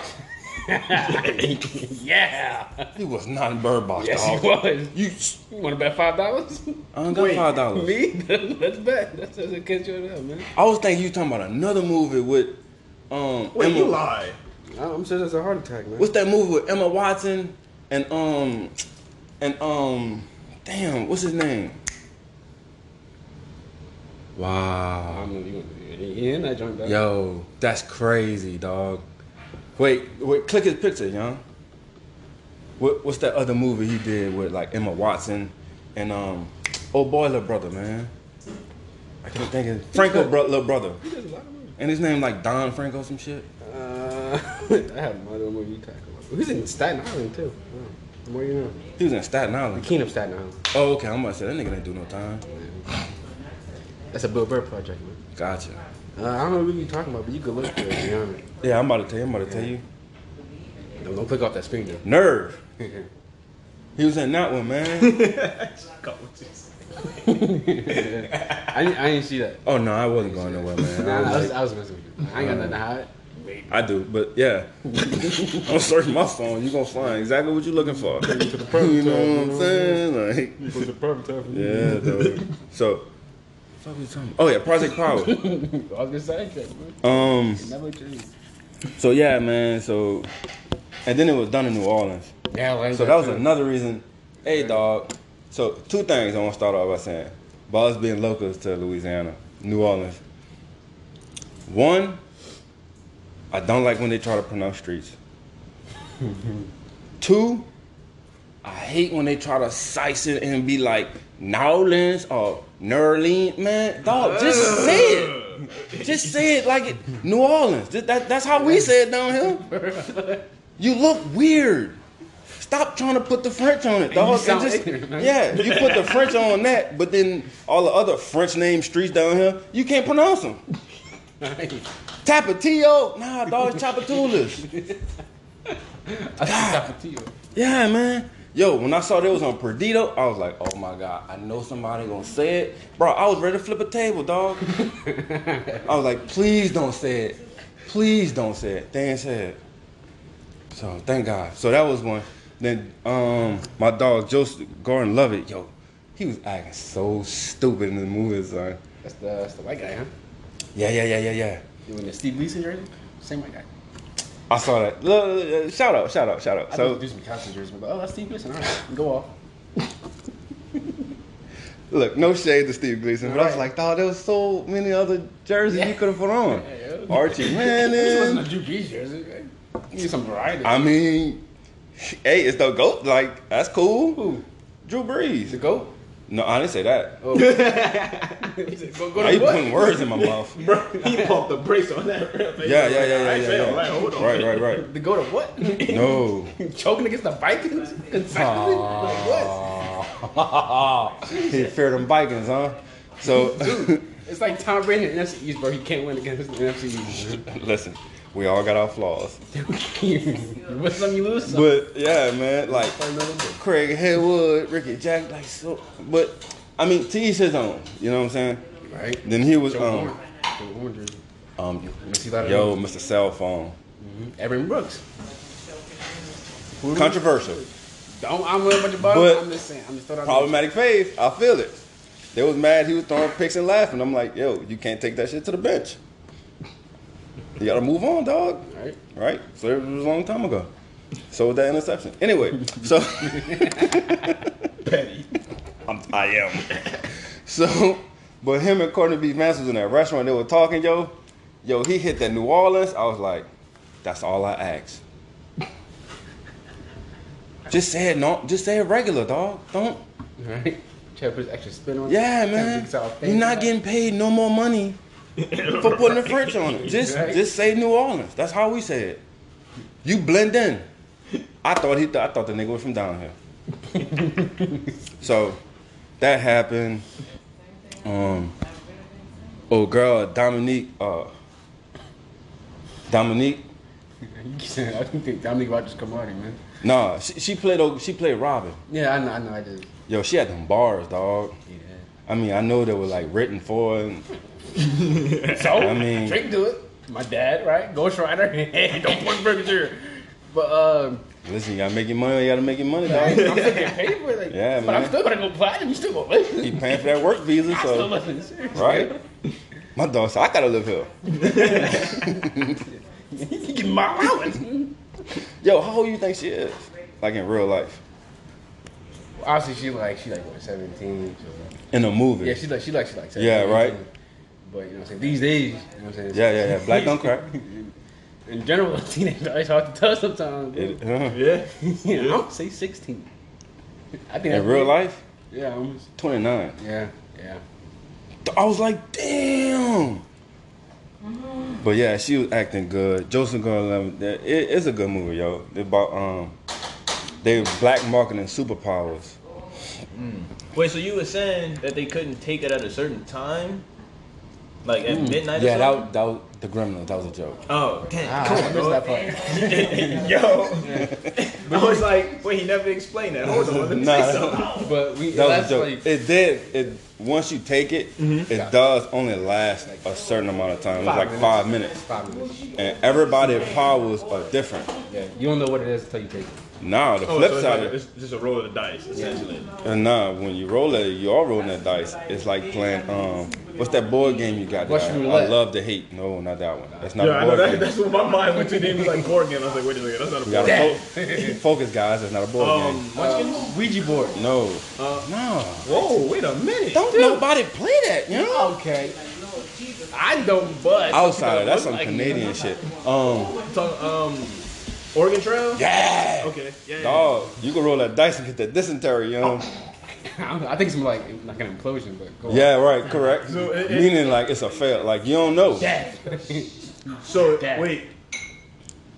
yeah.
He was not in Bird Box,
Yes,
dog.
he was.
You,
You want to bet five dollars?
I done got five dollars.
Me? (laughs) That's bet. That's that's a catch you up, man.
I was thinking you were talking about another movie with um.
Wait, you
Emma-
lie.
I'm sure that's a heart attack, man.
What's that movie with Emma Watson and um and um damn, what's his name? Wow.
I'm you you in that joint, dog.
Yo, that's crazy, dog. Wait, wait, click his picture, young. What, what's that other movie he did with like Emma Watson and um old boy little brother, man? I can't think of Franco bro, little brother. And his name like Don Franco some shit.
Uh, (laughs) I have no idea what you talking about. He's in Staten Island too. Wow. The more you know.
He was in Staten Island.
King of Staten Island.
Oh, okay, I'm about to say that nigga didn't do no time.
That's a Bill Burr project, man.
Gotcha.
Uh, I don't know what you're talking about, but you could look for it. You know what I mean?
Yeah, I'm about to tell you. I'm about to tell you.
Don't, don't click off that screen, though.
Nerve. He was in that one, man.
I, didn't- I didn't see that.
oh no, I wasn't going nowhere, man.
(laughs) Nah,
I,
I, was,
was like,
I was messing with you. I ain't got nothing to hide.
I do, but (laughs) yeah. I'm searching my phone. You gonna find exactly what you're looking for. (laughs) you know what I'm saying? Like, yeah, dude. So, fuck you talking about? Oh yeah, Project (laughs) Power.
I was gonna say that, man.
Um.
Never changed.
So yeah, man. So, and then it was done in New Orleans.
Yeah, like
So that was another reason. Hey, dog. So two things I want to start off by saying. About us being locals to Louisiana, New Orleans. One, I don't like when they try to pronounce streets. Two, I hate when they try to size it and be like Nowlands or Nerlin. Man, dog, just say it. Just say it like it. New Orleans. That, that- that's how we say it down here. You look weird. Stop trying to put the French on it, dog.
you
And
sound
just-
ignorant, man.
yeah, you put the French on that, but then all the other French name streets down here, you can't pronounce
(laughs)
them. Tapatio, nah, dog, it's Tapatulas. Yeah, man. Yo, when I saw they was on Perdido, I was like, oh my God, I know somebody gonna say it. Bro, I was ready to flip a table, dog. I was like, please don't say it. Please don't say it. They ain't said it. So thank God. So that was one. Then um my dog Joseph Gordon Lovett, yo, he was acting so stupid in the movie, son.
That's the, that's the white guy, huh?
Yeah, yeah, yeah, yeah, yeah.
You in the Steve Lee jersey? Same white guy.
I saw that. Look, look, look, Shout out, shout out, shout out.
I
So
so, do some costume jerseys, but oh, that's Steve Gleason. All right, go off.
Look, no shade to Steve Gleason, but I was like, dog, there was so many other jerseys you could have put on.
Yeah, yeah.
Archie
(laughs) This wasn't a
Manning.
Drew Brees jersey, right? You need eh? some variety.
I mean, hey, it's the GOAT. Like, that's cool.
Who? Oh,
Drew
The
Brees.
(laughs) goat?
No, I didn't say that.
Go, go
Now
to
you
what?
putting words
(laughs)
in my mouth.
Bro, he pumped the brakes on that. real fast.
Yeah, yeah, yeah, yeah,
I
yeah,
felt
yeah.
like, hold on.
Right, right,
(laughs)
right.
To go to what?
No.
Choking against the Vikings? Consecutively? Like what?
he feared them Vikings, huh? So
It's like Tom Brady in the NFC East, bro. He can't win against the NFC
(laughs)
East. (laughs)
listen, we all got our flaws.
you win some, you lose some.
But yeah, man, like Craig Haywood, Ricky Jack, like so but I mean to each his own, you know what I'm saying?
Right.
Then he was
Joe
um
Horn. Joe Horn jersey.
um
Missy Lotto.
yo, Mr. Cell Phone.
Evan Brooks.
Controversial.
Don't I'm with a bunch of buttons.
But-
I'm just saying. I'm just throwing out.
Problematic fave, I feel it. They was mad he was throwing picks and laughing. I'm like, yo, you can't take that shit to the bench. You gotta move on, dog.
Right.
Right? So it was a long time ago. So was that interception. Anyway, so
Petty.
I'm, I am. (laughs) So, but him and Courtney B. Vance was in that restaurant. They were talking, yo, yo. He hit that New Orleans. I was like, that's all I asked. just say it, no. Just say it regular, dog. Don't.
(laughs) Right. Try to put extra spin on. it.
Yeah,
Try to
man.
make it sound
You're not
fancy.
getting paid no more money for putting the French on it. Just,
Right.
just say New Orleans. That's how we say it. You blend in. I thought he, I thought the nigga was from down here. so, that happened. Um, oh girl, Dominique, uh, Dominique.
(laughs) You keep saying- I think Dominique Rogers Camardi, man.
Nah, she, she played, o- she played Robin.
Yeah, I know. I know. I did.
Yo, she had them bars, dog.
Yeah.
I mean, I know they were like written for. And,
So
I mean-
Drake do it. My dad, right? Ghost Rider. (laughs) Hey, don't point burgers here. But um,
listen, you gotta make your money. You gotta make your money,
I- I'm
dog.
still getting paid for it.
(laughs)
Like,
Yeah,
but I'm
man.
still gonna go platinum. You still gonna listen?
He paying for that work visa,
(laughs) I (laughs) still
so
listen.
(laughs)
Seriously.
right. My dog said, "I gotta live here."
(laughs) you get my allowance.
Yo, how old you think she is? Like in real life,
Obviously, she like she like what 17. So.
in a movie.
Yeah, she like she like she like 17.
Yeah, right.
But you know what I'm saying? These days, you know what I'm saying?
yeah, yeah, yeah. Black don't
(laughs)
crack.
In general, (laughs) teenagers are hard to tell sometimes. bro.
It- huh.
Yeah.
yeah, I'm gonna say 16. I think
In
that's-
real life,
Yeah, I'm,
twenty nine.
yeah, yeah.
I was like, damn. But yeah, she was acting good. Joseph Gordon Levitt, it, it's a good movie, yo. It's about um, they black marketing superpowers.
Wait, so you were saying that they couldn't take it at a certain time? Like at
Mm.
midnight or
Yeah, that
something?
was, that was the Gremlins. That was Ah, a joke.
Oh, damn.
I missed that (laughs) part.
Yo. (laughs) I was like, wait, he never explained that. Hold on, let me
Nah.
say something.
But we
That was
that's
a joke.
like
it did. It once you take it,
Mm-hmm.
it does only last a certain amount of time. It's like five minutes,
five minutes.
and everybody powers are different.
Yeah, you don't know what it is until you take it.
Now the
Oh,
flip
so it's,
side,
like,
of
it's just a roll of the dice, essentially.
and nah, when you roll it, you are rolling that dice. It's like playing um, what's that board game you got?
Russian
There? I
roulette.
love to hate. No, not that one. That's not
Yeah, I
a
know
board
that,
game.
that's what my mind went to. Then it was like board game. I was like, wait a second, that's not a
We
board game.
gotta fo- (laughs) focus, guys. That's not a board
Um,
game.
Munchkins?
Ouija board.
No, no.
Whoa, wait a minute.
Don't nobody play that, you know?
Oh,
Okay. I don't, but
Outside, of- that's
Look
some
like- (laughs)
Canadian shit. Um,
Talk- um, Oregon Trail?
yeah.
Okay. Yeah. yeah.
Dog, you can roll that dice and get that dysentery, you know?
I don't know, I think it's like like an implosion, but go
Yeah, right, correct.
So it- it-
Meaning like it's a fail. Like you don't know.
So
Dad.
wait.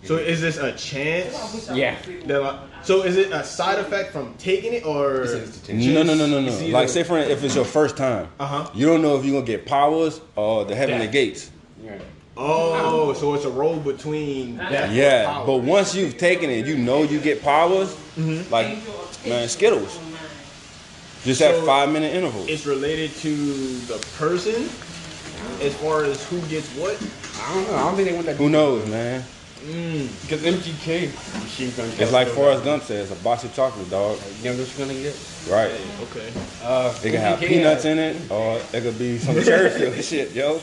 So is this a chance?
on. Yeah.
That I, so is it a side effect from taking it or?
No, no, no, no, no.
It's either-
Like say for instance, if it's your first time,
Uh-huh.
you don't know if you're gonna get powers or the heavenly
Yeah.
gates.
Yeah.
Oh, so it's a roll between that.
Yeah, but once you've taken it, you know you get powers.
Mm-hmm.
Like man, Skittles. Just at
So-
five minute intervals.
It's related to the person, as far as who gets what.
I don't know. I don't think they want that
Who knows, man?
because MGK machine gun.
It's like Forrest Gump says, a box of chocolate, dog.
You know what you're gonna get?
Right.
Okay.
Uh,
It could have
MGK
peanuts
had-
in it, or Oh, it could
(laughs)
be some cherry filled shit, yo.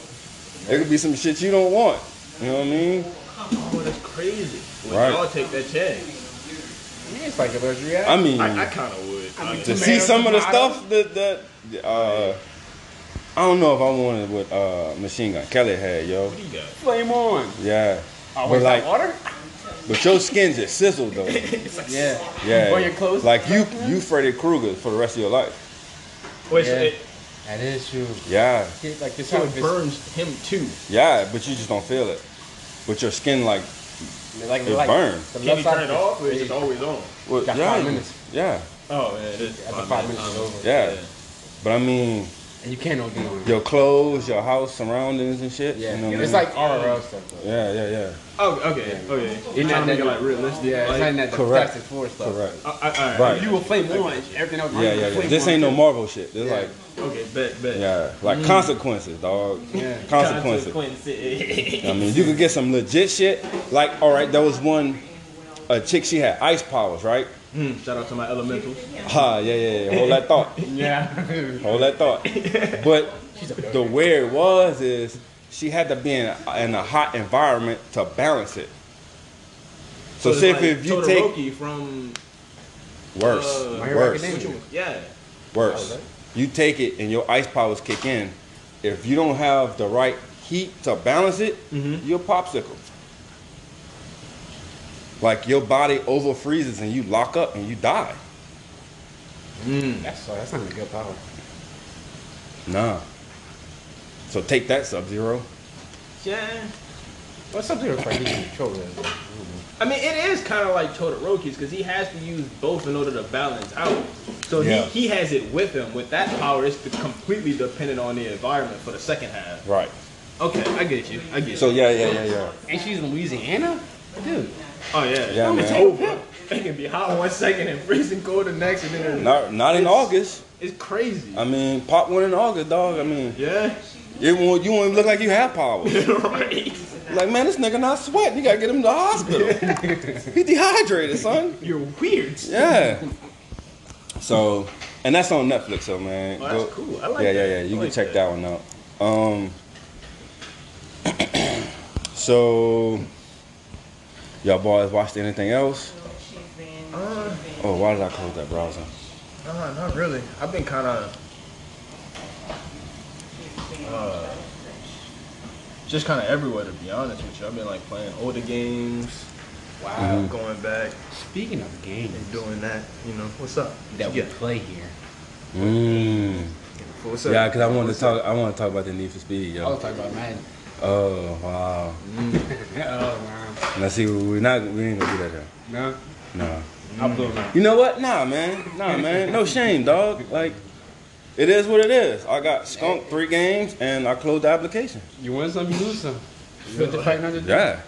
It could be some shit you don't want. You know what I mean?
Oh, that's crazy. Would
Right.
y'all take that chance?
Yeah, it's like a luxury.
I mean,
I, I kind of would. honestly.
to see some of the
tomato.
stuff that that uh, I don't know if I wanted what uh, Machine Gun Kelly had, yo.
What do you got?
flame on.
Yeah,
Oh,
but
wait,
Uh, like,
that water?
but your skin just sizzled
(laughs)
though.
Yeah.
Yeah,
Or your clothes?
Like you, you Freddy Krueger for the rest of your life.
Wait, so
Yeah.
it,
That is true.
Yeah,
Get, like this
so it burns him too.
yeah, but you just don't feel it. But your skin like
like,
it burns.
the
Can
left
you
side
turn it
of
off or is it always on?
Well,
Got
yeah,
five
you-
minutes.
Yeah,
Oh, yeah, it is.
After five minutes is over.
yeah, But I mean,
And you can't OD on it.
your clothes, your house, surroundings, and shit.
yeah.
you know what I
it's
mean?
like RRL stuff though.
Yeah, yeah, yeah.
Oh, okay, okay.
It's not
Trying to
that-
make it like realistic.
Yeah, it's
like,
not in that
correct.
correct. and forward stuff.
Correct.
I- I- all right.
Right.
You will flame one, everything else.
Yeah, yeah, yeah. This ain't no Marvel shit. This
Yeah.
like,
Okay, bet, bet.
yeah, like consequences, dog.
Yeah.
Consequences. I mean, you could get some legit shit. Like, all right, there was one, a chick she had ice powers, right?
Hmm, (laughs) shout out to my elementals.
Ha, yeah, yeah, yeah. Hold that thought.
Yeah.
Hold that thought. But the where it was is she had to be in a, in a hot environment to balance it. So,
it's
say
like
if, if you take
Todoroki from
worse,
uh,
My Hero
worse,
Academia.
yeah, Oh,
worse. You take it and your ice powers kick in. If you don't have the right heat to balance it,
Mm-hmm.
you're popsicle. Like your body over freezes and you lock up and you die.
That's (laughs) sorry, that's not a good power.
Nah. So take that Sub Zero.
yeah.
What's up there if I get control of that?
I mean, it is kind of like Todoroki's because he has to use both in order to balance out. So
Yeah.
he, he has it with him. With that power, it's completely dependent on the environment for the second half.
Right.
Okay, I get you. I get
So
you.
yeah, yeah, yeah, yeah.
And she's in Louisiana? Dude.
Oh yeah,
Yeah,
it's
man.
over. It can be hot one second and freezing cold the next, and then
Not not in August.
it's crazy.
I mean, pop one in August, dog. I mean,
yeah,
it won't, you won't look like you have power.
(laughs) right.
Like, man, this nigga not sweating. You gotta get him to the hospital.
(laughs)
he dehydrated, son.
You're weird.
Yeah. (laughs) So, and that's on Netflix, so man.
Oh, that's cool. I like
yeah,
that.
yeah, yeah. You
I
can
like
check that.
that.
one out. Um. (clears throat) so, y'all boys watched anything else? Oh, why did I close that browser?
Uh, not really. I've been kind of. Uh, just kind of everywhere, to be honest with you. I've been like playing older games. Wow. Going back
Speaking of games
and doing that. You know, what's up? What
that we
you
play here.
Mm.
got? What's up?
Yeah, cause I wanted to talk. I want to talk about the Need for Speed,
I
yo.
was talking about Madden.
Oh wow.
oh, wow.
Now see, we're not. We ain't gonna do that. Here.
No?
No.
I'm blowing up.
You know what? Nah, man. Nah, man. No shame, dog. Like, it is what it is. I got skunked three games and I closed the application.
You win some, you lose some. You have to fight another day.
Yeah.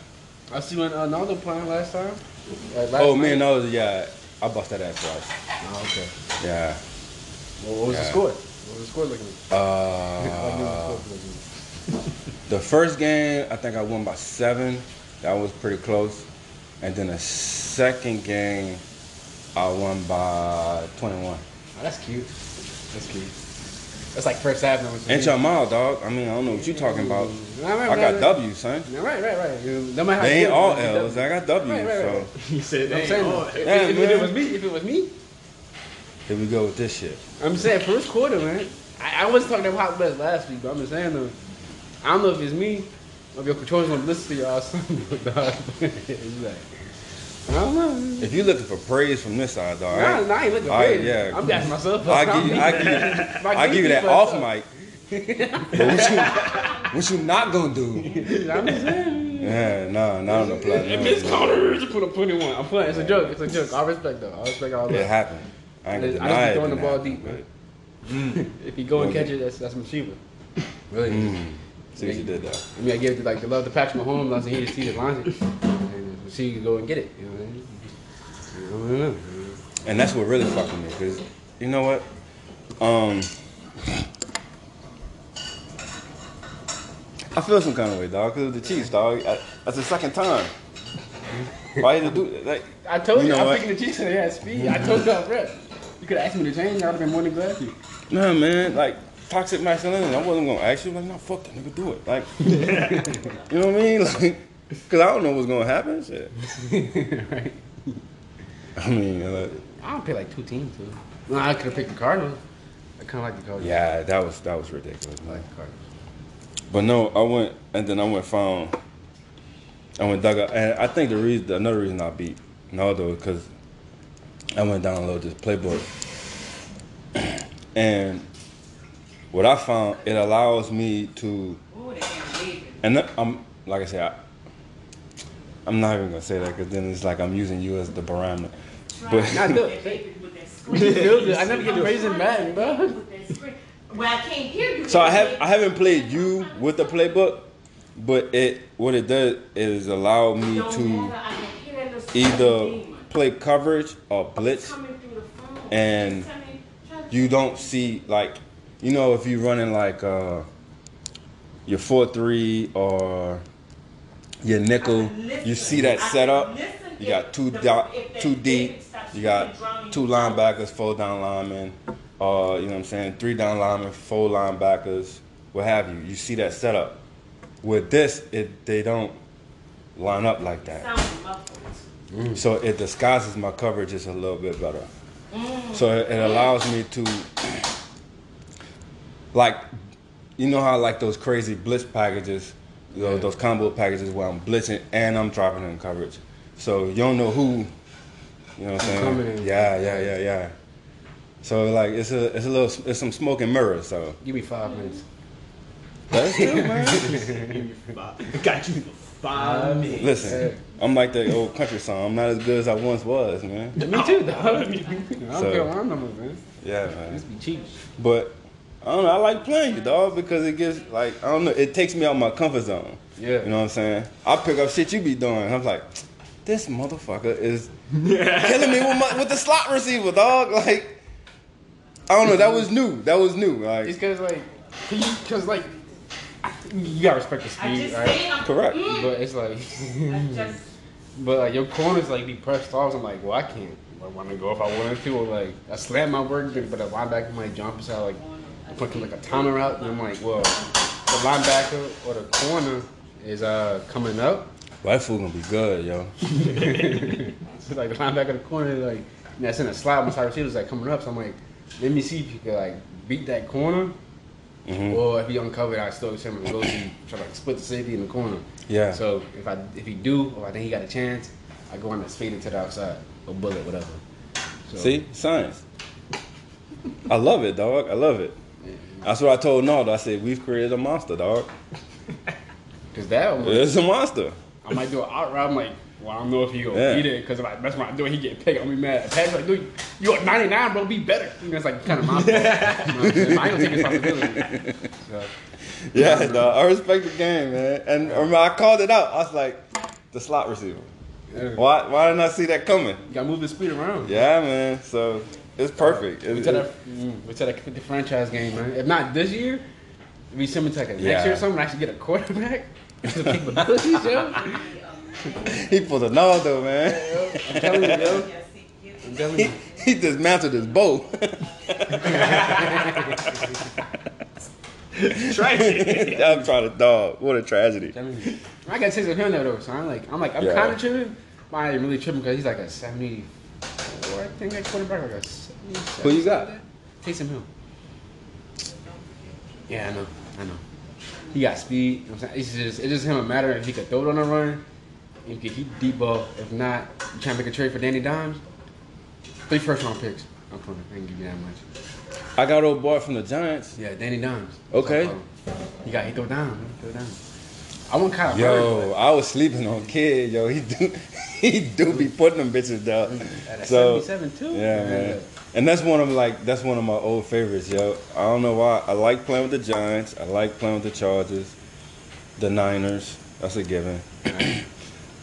I see when uh, Naldo playing last time. Uh, last
Oh
night.
man, that was yeah. I bust that ass twice.
Oh, okay.
Yeah.
Well, what was the
Yeah.
score? What was the score looking like? Like, what
Uh,
was the score looking like?
the first game, I think I won by seven. That was pretty close. And then the second game, I won by 21.
Oh, (laughs) that's cute. That's cute. That's like first half. number two.
Inch a mile, dog. I mean, I don't know what you talking about.
Nah, right,
I
right,
got
right.
W, son.
Yeah, Right, right, right. You- No matter how
They
you
ain't
feel,
all
you know,
L's. I got W,
Right, right, right.
so
He said
I'm
they
saying,
all-
if,
Yeah,
if it
man.
was me, if it was me,
here we go with this shit.
I'm saying first quarter, man. I, I wasn't talking about hot best last week, but I'm just saying though, I don't know if it's me or if your controllers gonna listen to y'all. or something, (laughs) dog. It's like, I don't know.
If you're looking for praise from this side, dog,
Nah,
I-
nah, I ain't looking
All right,
good.
yeah.
I'm asking myself.
I give
(laughs)
you, I give you, I give you that
uh,
off mic. But what you, what you not gonna do?
(laughs) I'm
(laughs)
just saying.
Yeah, nah, not on the plot.
If Miss Connor is put up 21, I'm playing. It's a joke. It's a joke. I respect though. I respect all
It
that.
happened. I
I
ain't
just
gonna
be
deny it.
throwing the
didn't
ball
happen,
deep,
but-
man. If you go and catch it, that's that's Machiba.
Mm.
Really.
See what you did there.
I mean, I gave it like the love to Patrick Mahomes. I said he just see the line, and see you go and get it. You know what I mean? You know what I mean?
And that's what really fucked with me, cause you know what? Um, I feel some kind of way, dog, cause of the Chiefs, dog. I, that's the second time. Why did it do like?
I told you,
You know
I'm
what?
picking the Chiefs and they had speed. I told you up front. You could have asked me to change. I would have been more than glad to.
Nah, man, like toxic masculinity. I wasn't gonna ask you. Like, no, fuck that nigga, do it. Like, you know what I mean? Like, cause I don't know what's gonna happen. Shit.
right?
I mean, uh,
I don't pick like two teams. Too. No, I could have picked the Cardinals. I kind of like the Cardinals.
yeah, that was that was ridiculous.
I
man.
like the Cardinals.
But no, I went and then I went found. I went dug up, and I think the reason, another reason I beat Naldo, cause I went download this playbook, (clears throat) and what I found, it allows me to,
Ooh, they can't believe it.
and I'm like I said, I, I'm not even gonna say that because then it's like I'm using you as the barometer. But
I (laughs) do. You feel good. I never get praised in
in
Madden, bro.
Well, I can't hear you.
So I have I haven't played you with the playbook, but it what it does is allow me
Don't matter,
to
I can hear that little
either
demon.
play coverage or blitz.
Coming through the phone.
and
Tell me, try to-
You don't see like you know if you running like uh your four three or your nickel, you see that setup. You got two dot, two deep. You got two linebackers, four down linemen. Uh, you know what I'm saying? Three down linemen, four linebackers, what have you. You see that setup. With this, it they don't line up like that.
Sound muffled.
So it disguises my coverage just a little bit better. So it, it allows me to, (clears throat) like, you know how like those crazy blitz packages, you know, those combo packages where I'm blitzing and I'm dropping in coverage. So you don't know who, you know what I'm
Coming
saying?
in.
Yeah, yeah, yeah, yeah. So like it's a it's a little it's some smoke and mirrors. So
Give me five minutes.
that's true, man.
(laughs) Got you for
Um,
five
(laughs)
minutes.
Listen, I'm like the old country song. I'm not as good as I once was, man.
Me too, dog. I don't
So-
care what I'm number, man.
Yeah, man.
Just be cheap.
But I don't know. I like playing you, dog, because it gets like I don't know. It takes me out my comfort zone.
Yeah.
You know what I'm saying? I pick up shit you be doing. and I'm like, this motherfucker
(laughs)
is killing me with my, with the slot receiver, dog. (laughs) Like, I don't know. That was new. That was new.
It's
Like,
because like, (laughs) because like, you gotta respect the
I
speed,
just
right?
said I'm.
correct.
But it's like, (laughs)
I just.
but like your corners like be pressed off. I'm like, well, I can't. I want to go if I wanted to, or like I slam my work, but but a linebacker might jump us out like fucking like a timer out, and I'm like, well, the linebacker or the corner is uh coming up.
Well, that fool gonna be good, yo.
So like the linebacker in the corner, like and that's in a slot. My side receiver's like coming up, so I'm like, let me see if you can like beat that corner,
Mm-hmm.
or if he uncovered, I still send him to go see try to like, split the safety in the corner.
Yeah.
So if I if he do, or I think he got a chance, I go on and fade it to the outside or bullet whatever. So,
See, science. I love it, dog. I love it. That's what I told Nald. I said we've created a monster, dog.
Cause that one,
It's a monster.
I might do an out route. I'm like, well, I don't know if he gonna
Yeah.
beat it because if I mess around doing, it, he get picked. I'm gonna be mad. Pat's like, dude, you are 99, bro. Be better. And that's like kind
(laughs)
of my fault. You know what I'm saying? I ain't gonna take responsibility. So,
Yeah, dog. I respect the game, man. And remember, I called it out. I was like, the slot receiver.
yeah.
Why? Why didn't I see that coming?
You gotta move the speed around.
Yeah, man. So it's perfect. It-
We
it- (laughs)
tell that mm, we tell that the franchise game, man. If not this year, we send to like a next
Yeah.
year or something. I should get a quarterback.
(laughs)
Some capabilities, yo. I'm
he pulled a Naldo, man. (laughs)
telling you, yo.
Yes, he- you-
I'm telling you.
He dismantled his (laughs) bow.
Tragic.
I'm trying to dog. What a tragedy.
telling you. I got six of him though, so I'm like, I'm like, I'm
Yeah.
kind of tripping, but I ain't really tripping because he's like a 74, I think, like quarterback, like a 77.
Who you got?
Taysom Hill. Yeah, I know, I know. He got speed. You know what I'm saying? It's just, it's just him a matter if he could throw it on a run, if he could deep ball. If not, you trying to make a trade for Danny Dimes. Three first round picks. I'm coming. I can give you that much.
I got old boy from the Giants.
Yeah, Danny Dimes.
Okay.
You got he throw down, man. Throw down. I want Kyle Murray.
Yo, I was sleeping on kid. Yo, he do. (laughs) He do be putting them bitches down.
At a
So
77 too.
Yeah, man. And that's one of like that's one of my old favorites, yo. I don't know why. I like playing with the Giants. I like playing with the Chargers, the Niners. That's a given. (clears throat)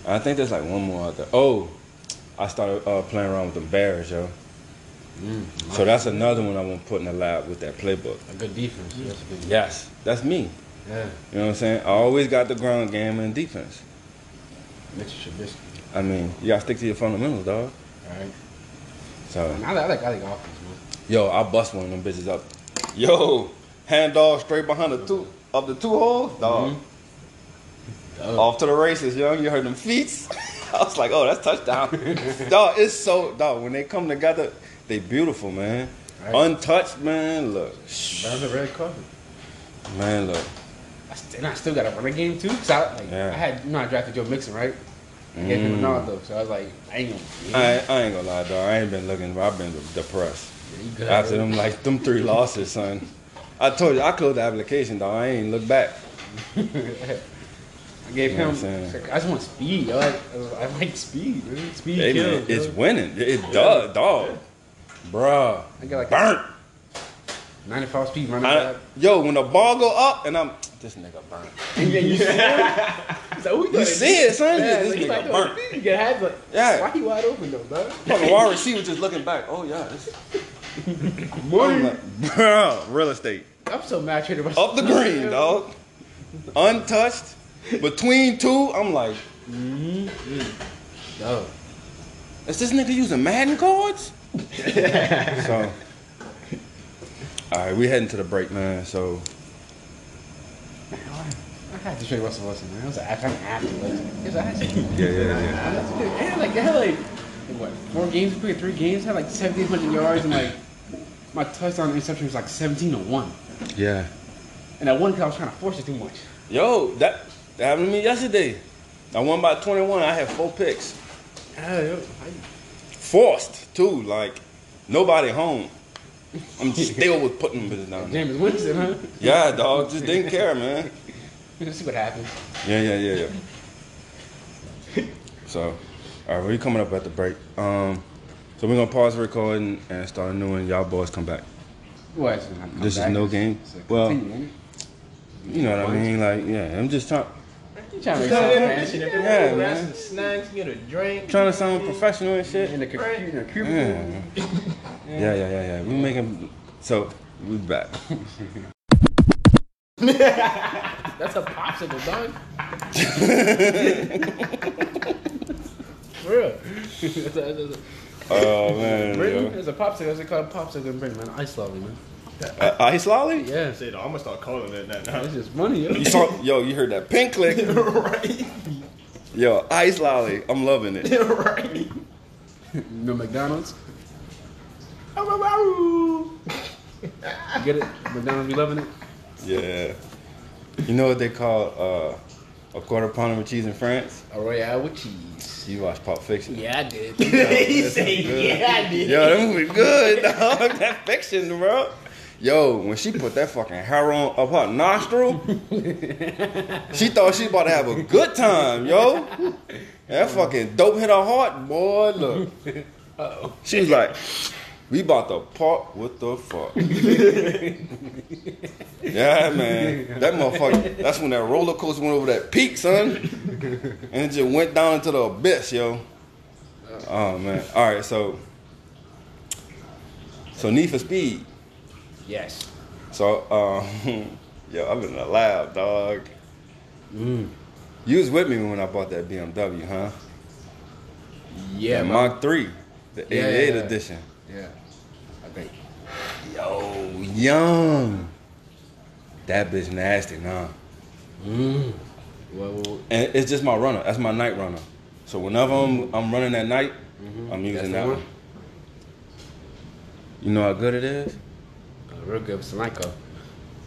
I think there's like one more out there. Oh, I started uh, playing around with the Bears, yo. So that's another one I want to put in the lab with that playbook.
A good defense. Yeah. That's a good.
Yes, that's me.
Yeah.
You know what I'm saying? I always got the ground game and defense.
Mitchell Trubisky.
I mean, you gotta stick to your fundamentals, dog.
All right.
So.
And I, like- I like I like offense, man.
Yo, I bust one of them bitches up. Yo, hand dog straight behind the two up the two hole, dog.
Dog.
Off to the races, young. You heard them feet. (laughs) I was like, oh, that's (laughs) touchdown. dog, it's so dog. When they come together, they beautiful, man.
Right.
Untouched, man. Look,
Brown's a red carpet.
man, look.
I st- and I still got a running game too. Cause I like
Yeah. Mm.
I had you know I drafted Joe Mixon right. I gave him Ronaldo, so I was like I ain't gonna.
I, I ain't gonna lie, dog. I ain't been looking. but I've been depressed
(laughs) he good.
after them like them three losses, son. I told you, I closed the application, dog. I ain't look back.
I gave
You know
him.
what I'm saying?
I just want speed. I like, I like speed. Dude. Speed
Hey,
kills.
man, it's
dude.
winning. It dog, dog. Bruh.
I get like a-
burnt.
95 speed running
I,
back.
yo, when the ball go up and I'm this nigga burnt.
And then you see it. So we
You see it, son?
Yeah,
this
like,
nigga
you like,
burnt.
You get half like,
Yeah.
(laughs) why he wide open though, bro?
Fucking wide receiver just looking back. Oh yeah, this I'm
Morning.
like, (laughs) bro, real estate
I'm so mad at myself.
up the green, dog. Untouched between two. I'm like,
Yo,
is this nigga using Madden cards? so, all right, we heading to the break, man. So
I had to trade Russell Wilson, man. I was like, I kind of have to. Like, was actually,
yeah, yeah, yeah.
I was good. And like, I had like, what, four games, three, three games, I had like 1,700 yards, and like, my touchdown interception was like 17 to 1.
Yeah.
And I won because I was trying to force it too much.
Yo, that, that happened to me yesterday. I won by 21. I had four picks. Forced too, like nobody home. I'm still was putting them bitches down.
James Winston, huh?
Yeah, dog, just didn't care, man.
Let's see what happens.
Yeah, yeah, yeah, yeah.
(laughs)
So, all right, we're coming up at the break. Um, so we're gonna pause the recording and start a new one. Y'all boys come back.
Well, it's not come
This is
back.
no game.
It's a
Well-
continue, ain't it?
You know what I mean? Like, yeah, I'm just trying,
You trying to make
Yeah,
something
man.
fancy.
Yeah, man.
Snacks, get a drink.
trying to sound professional and shit.
In the cu- in the
Yeah,
cubicle.
man. yeah, yeah, yeah, yeah. We making so we
(laughs)
back.
That's a popsicle,
(laughs)
dog. For real. (laughs) that's, a, that's, a,
Oh man,
Britain,
yo.
that's a popsicle. That's called a popsicle in Britain, man. Ice lolly, man.
Uh, ice lolly.
Yeah.
Shit, "Oh, I'm gonna start calling it that now.
It's just money, yo.
You saw, yo, you heard that pink
(laughs)
click,
right,
yo, ice lolly. I'm loving it.
right.
No McDonald's. You get it? McDonald's be loving it?
Yeah. You know what they call uh, a quarter pounder with cheese in France?
A Royale with cheese.
You watch Pulp Fiction.
Yeah, I did. (laughs)
he said, "Yeah, I did."
Yo, that movie good, (laughs) dog. That fiction, bro. Yo, when she put that fucking hair on up her nostril, she thought she about to have a good time, yo. That fucking dope hit her heart, boy. Look, she was like, "We about to part. What the fuck?" yeah, man. That motherfucker. That's when that roller coaster went over that peak, son, and it just went down into the abyss, yo. Oh man. All right, so so Need for Speed.
Yes.
So um, (laughs) yo, I've been in the lab, dog.
Mm.
You was with me when I bought that BMW, huh?
Yeah,
that
my,
Mach Three, the
Yeah, yeah,
88
yeah.
edition.
yeah. I think.
Yo, young. That bitch nasty, nah.
Well, well,
And it's just my runner. That's my night runner. So whenever I'm I'm running at night, I'm
Mm. Mm-hmm. That's
using
the
that
one?
one. You know how good it is?
uh, real good with Solanco.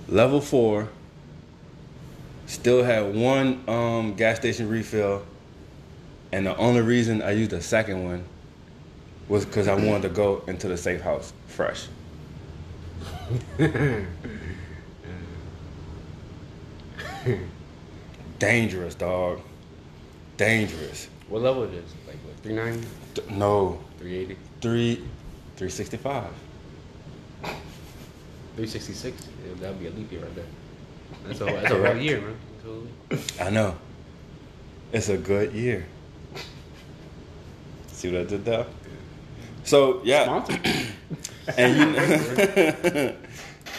level four. Still had one um, gas station refill, and the only reason I used the second one was because I wanted to go into the safe house fresh. (laughs) Dangerous, dog. Dangerous.
What level it is? Like what? 390?
D- No,
380?
three, three sixty-five.
366? Yeah, that'd be a leap year right there. That's a, that's a rough year, man. Totally.
I know. It's a good year. See what I did there? So yeah,
Monster.
and (laughs) you,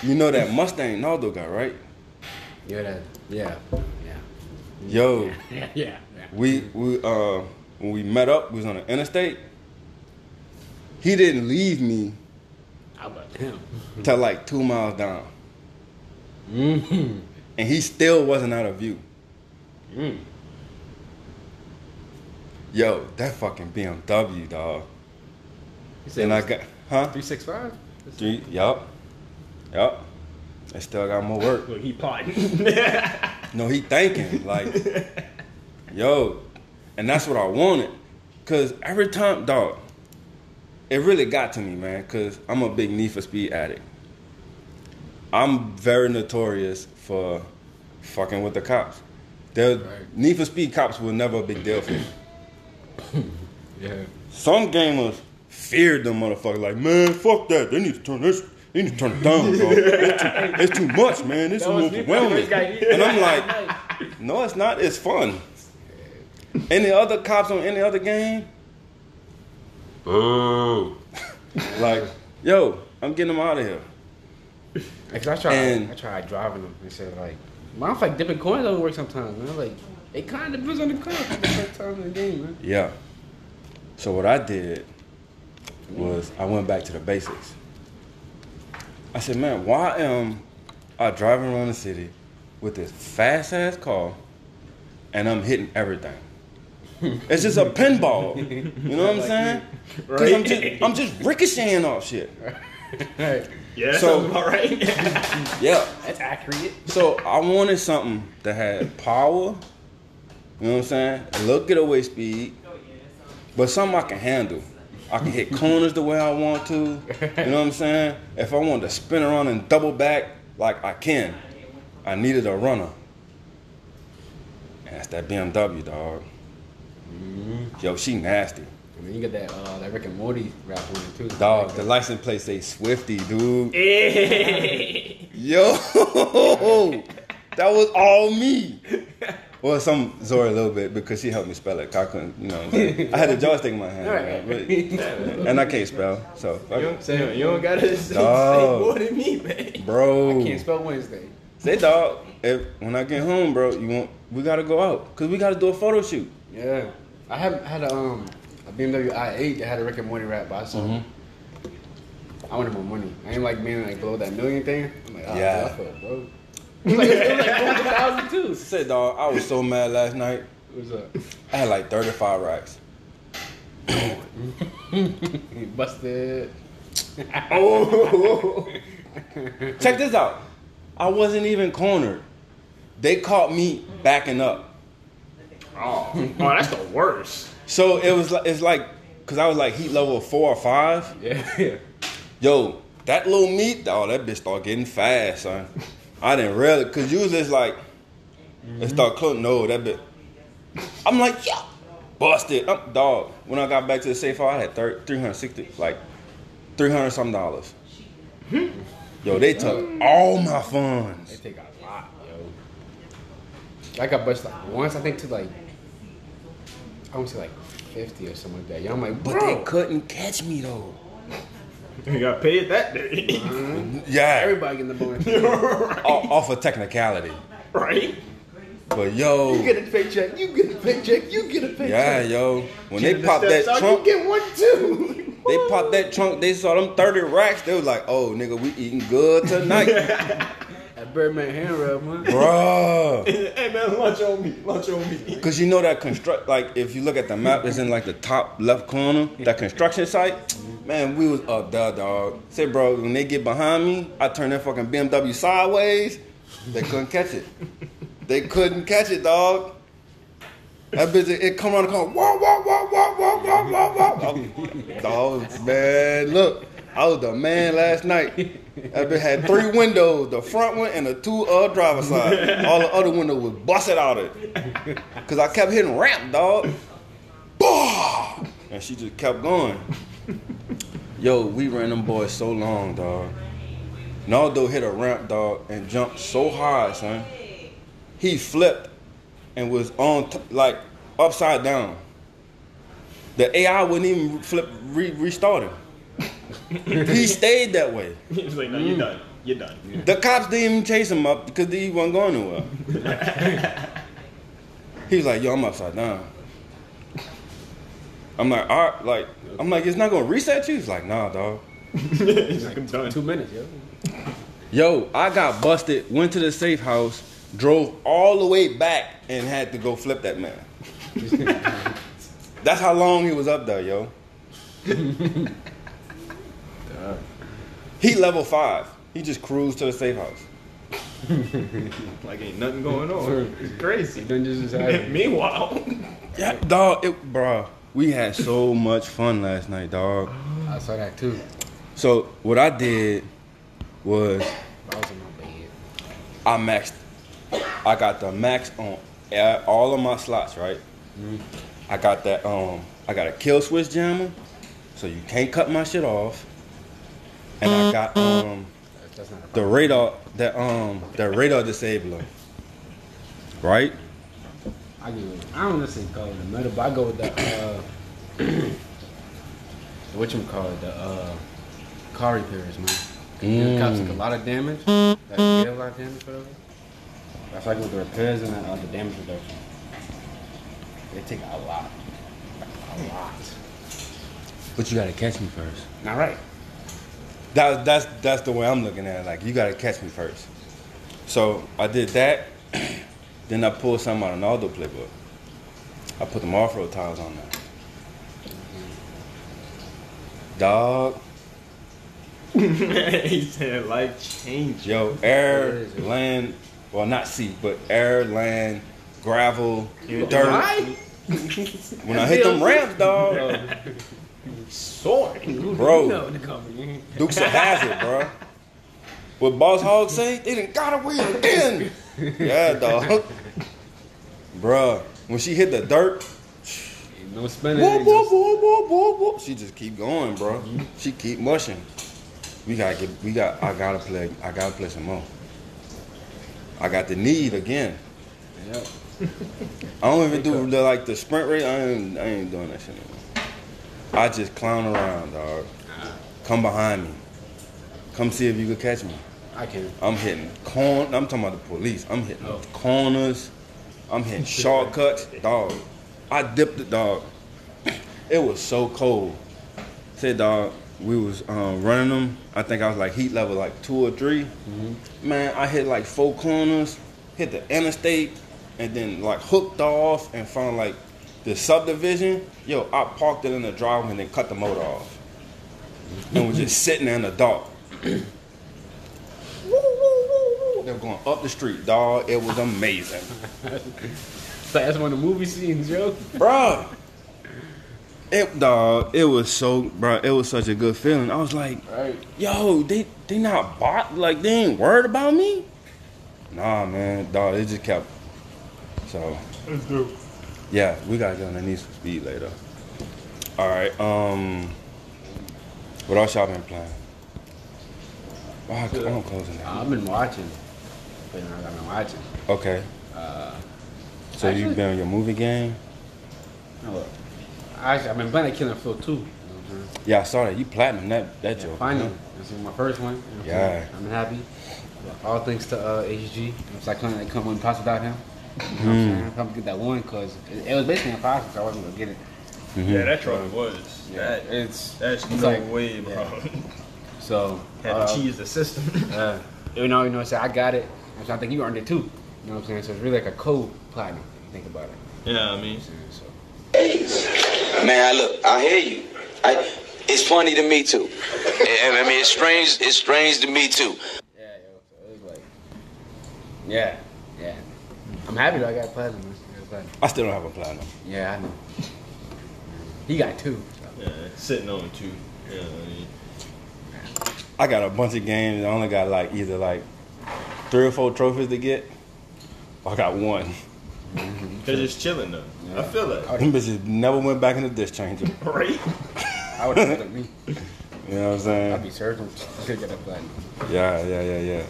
you know that Mustang Naldo guy, right?
Yeah, that. Yeah. (laughs) Yeah.
Yo,
Yeah. Yeah. yeah.
we we uh when we met up, we was on the interstate. He didn't leave me
How about him?
till like two miles down,
Mm-hmm.
and he still wasn't out of view.
Mm.
Yo, that fucking BMW, dog.
He said
Then I
it was
got huh?
365?
Three, yup, yup. I still got more work.
Look, he plotting.
(laughs) No, he thinking like, yo, and that's what I wanted. Cause every time, dog, it really got to me, man. Cause I'm a big Need for Speed addict. I'm very notorious for fucking with the cops. The Need for Speed cops were never a big deal for me.
(coughs) Yeah.
Some gamers feared them motherfuckers. Like, man, fuck that. They need to turn this. They need to turn it down, bro. It's too, it's too much, man. It's
was me,
overwhelming.
this guy here.
And I'm like, no, it's not. It's fun. Any other cops on any other game?
Boo.
(laughs) Like, yo, I'm getting them out of here.
(laughs) Cause I tried,
And-
I tried driving them and said like, my like dipping coins don't work sometimes, man. Like, it kind of depends on the car. It's the first time in the game, man.
Yeah. So what I did was I went back to the basics. I said, man, why am I driving around the city with this fast ass car and I'm hitting everything? It's just a pinball. You know what I'm saying? Because I'm just I'm just ricocheting off shit.
Right.
Yeah, that
So-
sounds about right. (laughs)
Yeah.
That's accurate.
So I wanted something that had power. You know what I'm saying? A little getaway speed, but something I can handle. I can hit corners the way I want to. You know what I'm saying? If I wanted to spin around and double back, like I can. I needed a runner. And that's that BMW, dog. Yo, she nasty.
And then you get that uh, that Rick and Morty rap on it too. (laughs)
Dog, the
Like,
license plate say Swifty, dude.
(laughs) Eh.
Yo, that was all me. Well, some Zora a little bit because she helped me spell it. 'cause I couldn't, you know. what I'm saying? I had a joystick in my hand, man, but- and I can't spell. So, fuck
You
it.
don't, say, you don't gotta say,
Dog.
say more than me, man.
bro,
(laughs) can't spell Wednesday.
say dog. If, when I get home, bro, you want we gotta go out because we gotta do a photo shoot.
Yeah, I have had a um a BMW i8 that had a Rick and Morty rap, but I saw.
Mm-hmm.
I wanted more money. I ain't like being like below that million thing. I'm like, oh,
Yeah.
yeah, I felt
(laughs)
broke. It was like, it was like four hundred thousand too.
Say dog, I was so mad last night.
What's up?
I had like 35 racks.
Busted.
Oh, check this out. I wasn't even cornered. They caught me backing up.
Oh, oh, that's the worst.
So it was like it's like because I was like heat level four or five.
Yeah. (laughs)
Yo, that little meat, oh that bitch start getting fast, son. I didn't realize because usually it's like it start close. No, that bit. I'm like yeah, busted. i dog. When I got back to the safe house, I had thir- 360 like 300 some dollars. Yo, they took all my
They
funds.
take a lot, yo. I got busted like once, I think, to like, I want to say like 50 or something like that. Yo, I'm like,
But they
bro.
couldn't catch me though.
You got paid that day. (laughs)
Yeah,
Everybody getting
(laughs)
the bonus.
off, off of technicality.
right?
But yo,
You get a paycheck. You get a paycheck. You get a paycheck.
Yeah, yo. When they
the
popped that
steps out,
trunk,
Get one too. (laughs)
they popped that trunk. They saw them thirty racks. They was like, "Oh, nigga, we eating good
(laughs)
tonight,
That Birdman hand rub, (laughs) man.
Bruh.
hey, man, lunch on me. Lunch on me. (laughs)
Cause you know that construct. Like, if you look at the map, it's in like the top left corner. That construction site. Man, we was up there, dog. Say, bro, when they get behind me, I turn that fucking BMW sideways. They couldn't catch it. They couldn't catch it, dog. That bitch, it- it come around the corner. Whoa, whoa, whoa, whoa, whoa, whoa, whoa, whoa. Dog, man, look. I was the man last night. That bitch had three windows, the front one and the two uh driver's side. All the other window was busted out of it. Cause I kept hitting ramp, dog. Bah! And she just kept going. Yo, we ran them boys so long, dog. Naldo hit a ramp, dog, and jumped so high, son. He flipped and was on t- like upside down. The AI wouldn't even flip re- restart him. he stayed that way.
He's like, no,
Mm.
you're done. You're done.
The cops didn't even chase him up because he wasn't going nowhere. he was like, "Yo, I'm upside down." I'm like, "All right, like, I'm like, it's not gonna reset you." He's like, "Nah, dog."
He's like, (laughs) I'm done.
Two minutes, yo.
Yo, I got busted. Went to the safe house, drove all the way back, and had to go flip that man. That's how long he was up there, yo. he level five. He just cruised to the safe house.
Like, ain't nothing going on. It's crazy.
Dungeons is
And
happening.
(laughs) meanwhile,
Yeah, dog, it, bruh, we had so much fun last night, dog.
I saw that too.
So what I did was
I was in my
I maxed. I got the max on a- all of my slots, right? Mm-hmm. I got that. Um, I got a kill switch jammer, so you can't cut my shit off. And I got um
That's not a
the radar, that um, the radar disabler, right?
I get it. I don't necessarily call it a metal, but I go with the uh, (clears throat) what you call it, the uh, car repairs, man. The cops
Mm.
took a lot of
(laughs)
damage. That did a lot of damage, whatever. That's why I go with the repairs and the, uh, the damage reduction. They take a lot, a lot.
But you gotta catch me first.
Not right.
That, that's that's the way I'm looking at it. Like you gotta catch me first. So I did that. (clears throat) then I pulled some out of an Aldo playbook. I put them off-road tires on there. Dog,
(laughs) he said life change.
yo, air, land, well not sea, but air, land, gravel, dirt. When I hit them ramps, dog,
(laughs) Soaring.
bro. Duke's a hazard, bro. What Boss Hog say? They didn't got away again. yeah, dog. Bruh, when she hit the dirt,
Ain't No spinning.
whoop,
ain't
whoop,
no-
whoop, whoop, whoop, whoop, she just keep going, bro. She keep mushing. We gotta get, we got, I gotta play, I gotta play some more. I got the need again.
Yep.
I don't even do the, like the sprint race. I ain't, I ain't doing that shit anymore. I just clown around, dog. Come behind me. Come see if you can catch me.
I can.
I'm hitting corn. I'm talking about the police. I'm hitting corners. I'm hitting shortcuts, dog. I dipped the dog. (clears throat) It was so cold. Said dog, we was um, running them. I think I was like heat level like two or 3 Man, I hit like four corners, hit the interstate, and then like hooked off and found like the subdivision. Yo, I parked it in the driveway and then cut the motor off. And was just sitting there in the dark. They were going up the street, dog. It was amazing,
It's like that's one of the movie scenes, yo.
bro. It dog. It was so, bro. It was such a good feeling. I was like,
Right.
yo, they they not bought like they ain't worried about me. Nah, man, dog. It just kept. So. Yeah, we gotta get on the knees for speed later. All right. Um. What else y'all been playing? Oh, I- I'm closing now.
I've been watching. But you know, I've been watching.
Okay. so you
actually-
been on your movie game?
Now look, I actually, I've been playing Killing Floor too. You know what I'm saying?
Yeah, I saw that. You platinum that that joke.
Finally,
huh?
this is my first one. you know what I'm
Yeah.
saying? I'm happy. All thanks to uh, HG. It's like something that couldn't win possible without him. You know what I'm saying? Helped get that one because it, it was basically impossible. So I wasn't gonna get it.
Yeah, that truck was.
Yeah,
That,
it's
that's
it's
no
like-
way, bro.
yeah. so.
Had
uh,
to cheese the system.
uh, you know, you know, so I got it. So I think you earned it too. You know what I'm saying? So it's really like a code platinum. If you think about it.
(laughs) yeah, I mean,
You know, so.
Man, I look, I hear you. I, it's funny to me too. I, I mean, it's strange. It's strange to me
Yeah,
too.
yo, so it was like, yeah, yeah. I'm happy that I got platinum. man. I got platinum.
I still don't have a platinum.
Yeah, I know. He got two. so.
yeah, sitting on two. Yeah, I mean,
I got a bunch of games. I only got like either like three or four trophies to get. Or I got one.
they're just chilling though. I feel that.
Them bitches never went back in the disc changer.
Right?
I would have took me.
You know what I'm
I'd
saying?
be searching to get a platinum.
Yeah, yeah, yeah, yeah.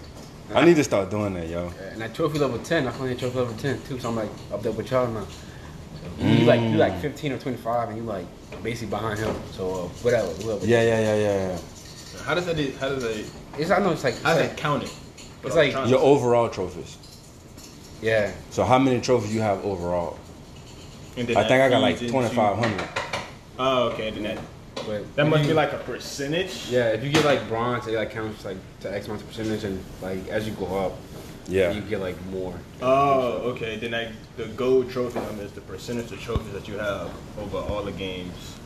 I need to start doing that, yo.
And at trophy level ten, I finally hit trophy level ten too, so I'm like up there with y'all now. So You like you like fifteen or twenty five, and you like basically behind him. So uh, whatever, whoever.
Yeah, yeah, yeah, yeah.
How does that? How does that?
It's I know it's like it's
How does that
like,
count it?
it's like
yeah. Your overall trophies.
yeah.
So how many trophies you have overall?
And then
I
that
think I got like
feeds into-
2,500.
Oh, okay. Then that
But
that must
you-
be like a percentage.
yeah. If you get like bronze, it like counts like to X amount of percentage, and like as you go up, you
Yeah.
get like more.
Oh, okay. Then that the gold trophy number is the percentage of trophies that you have over all the games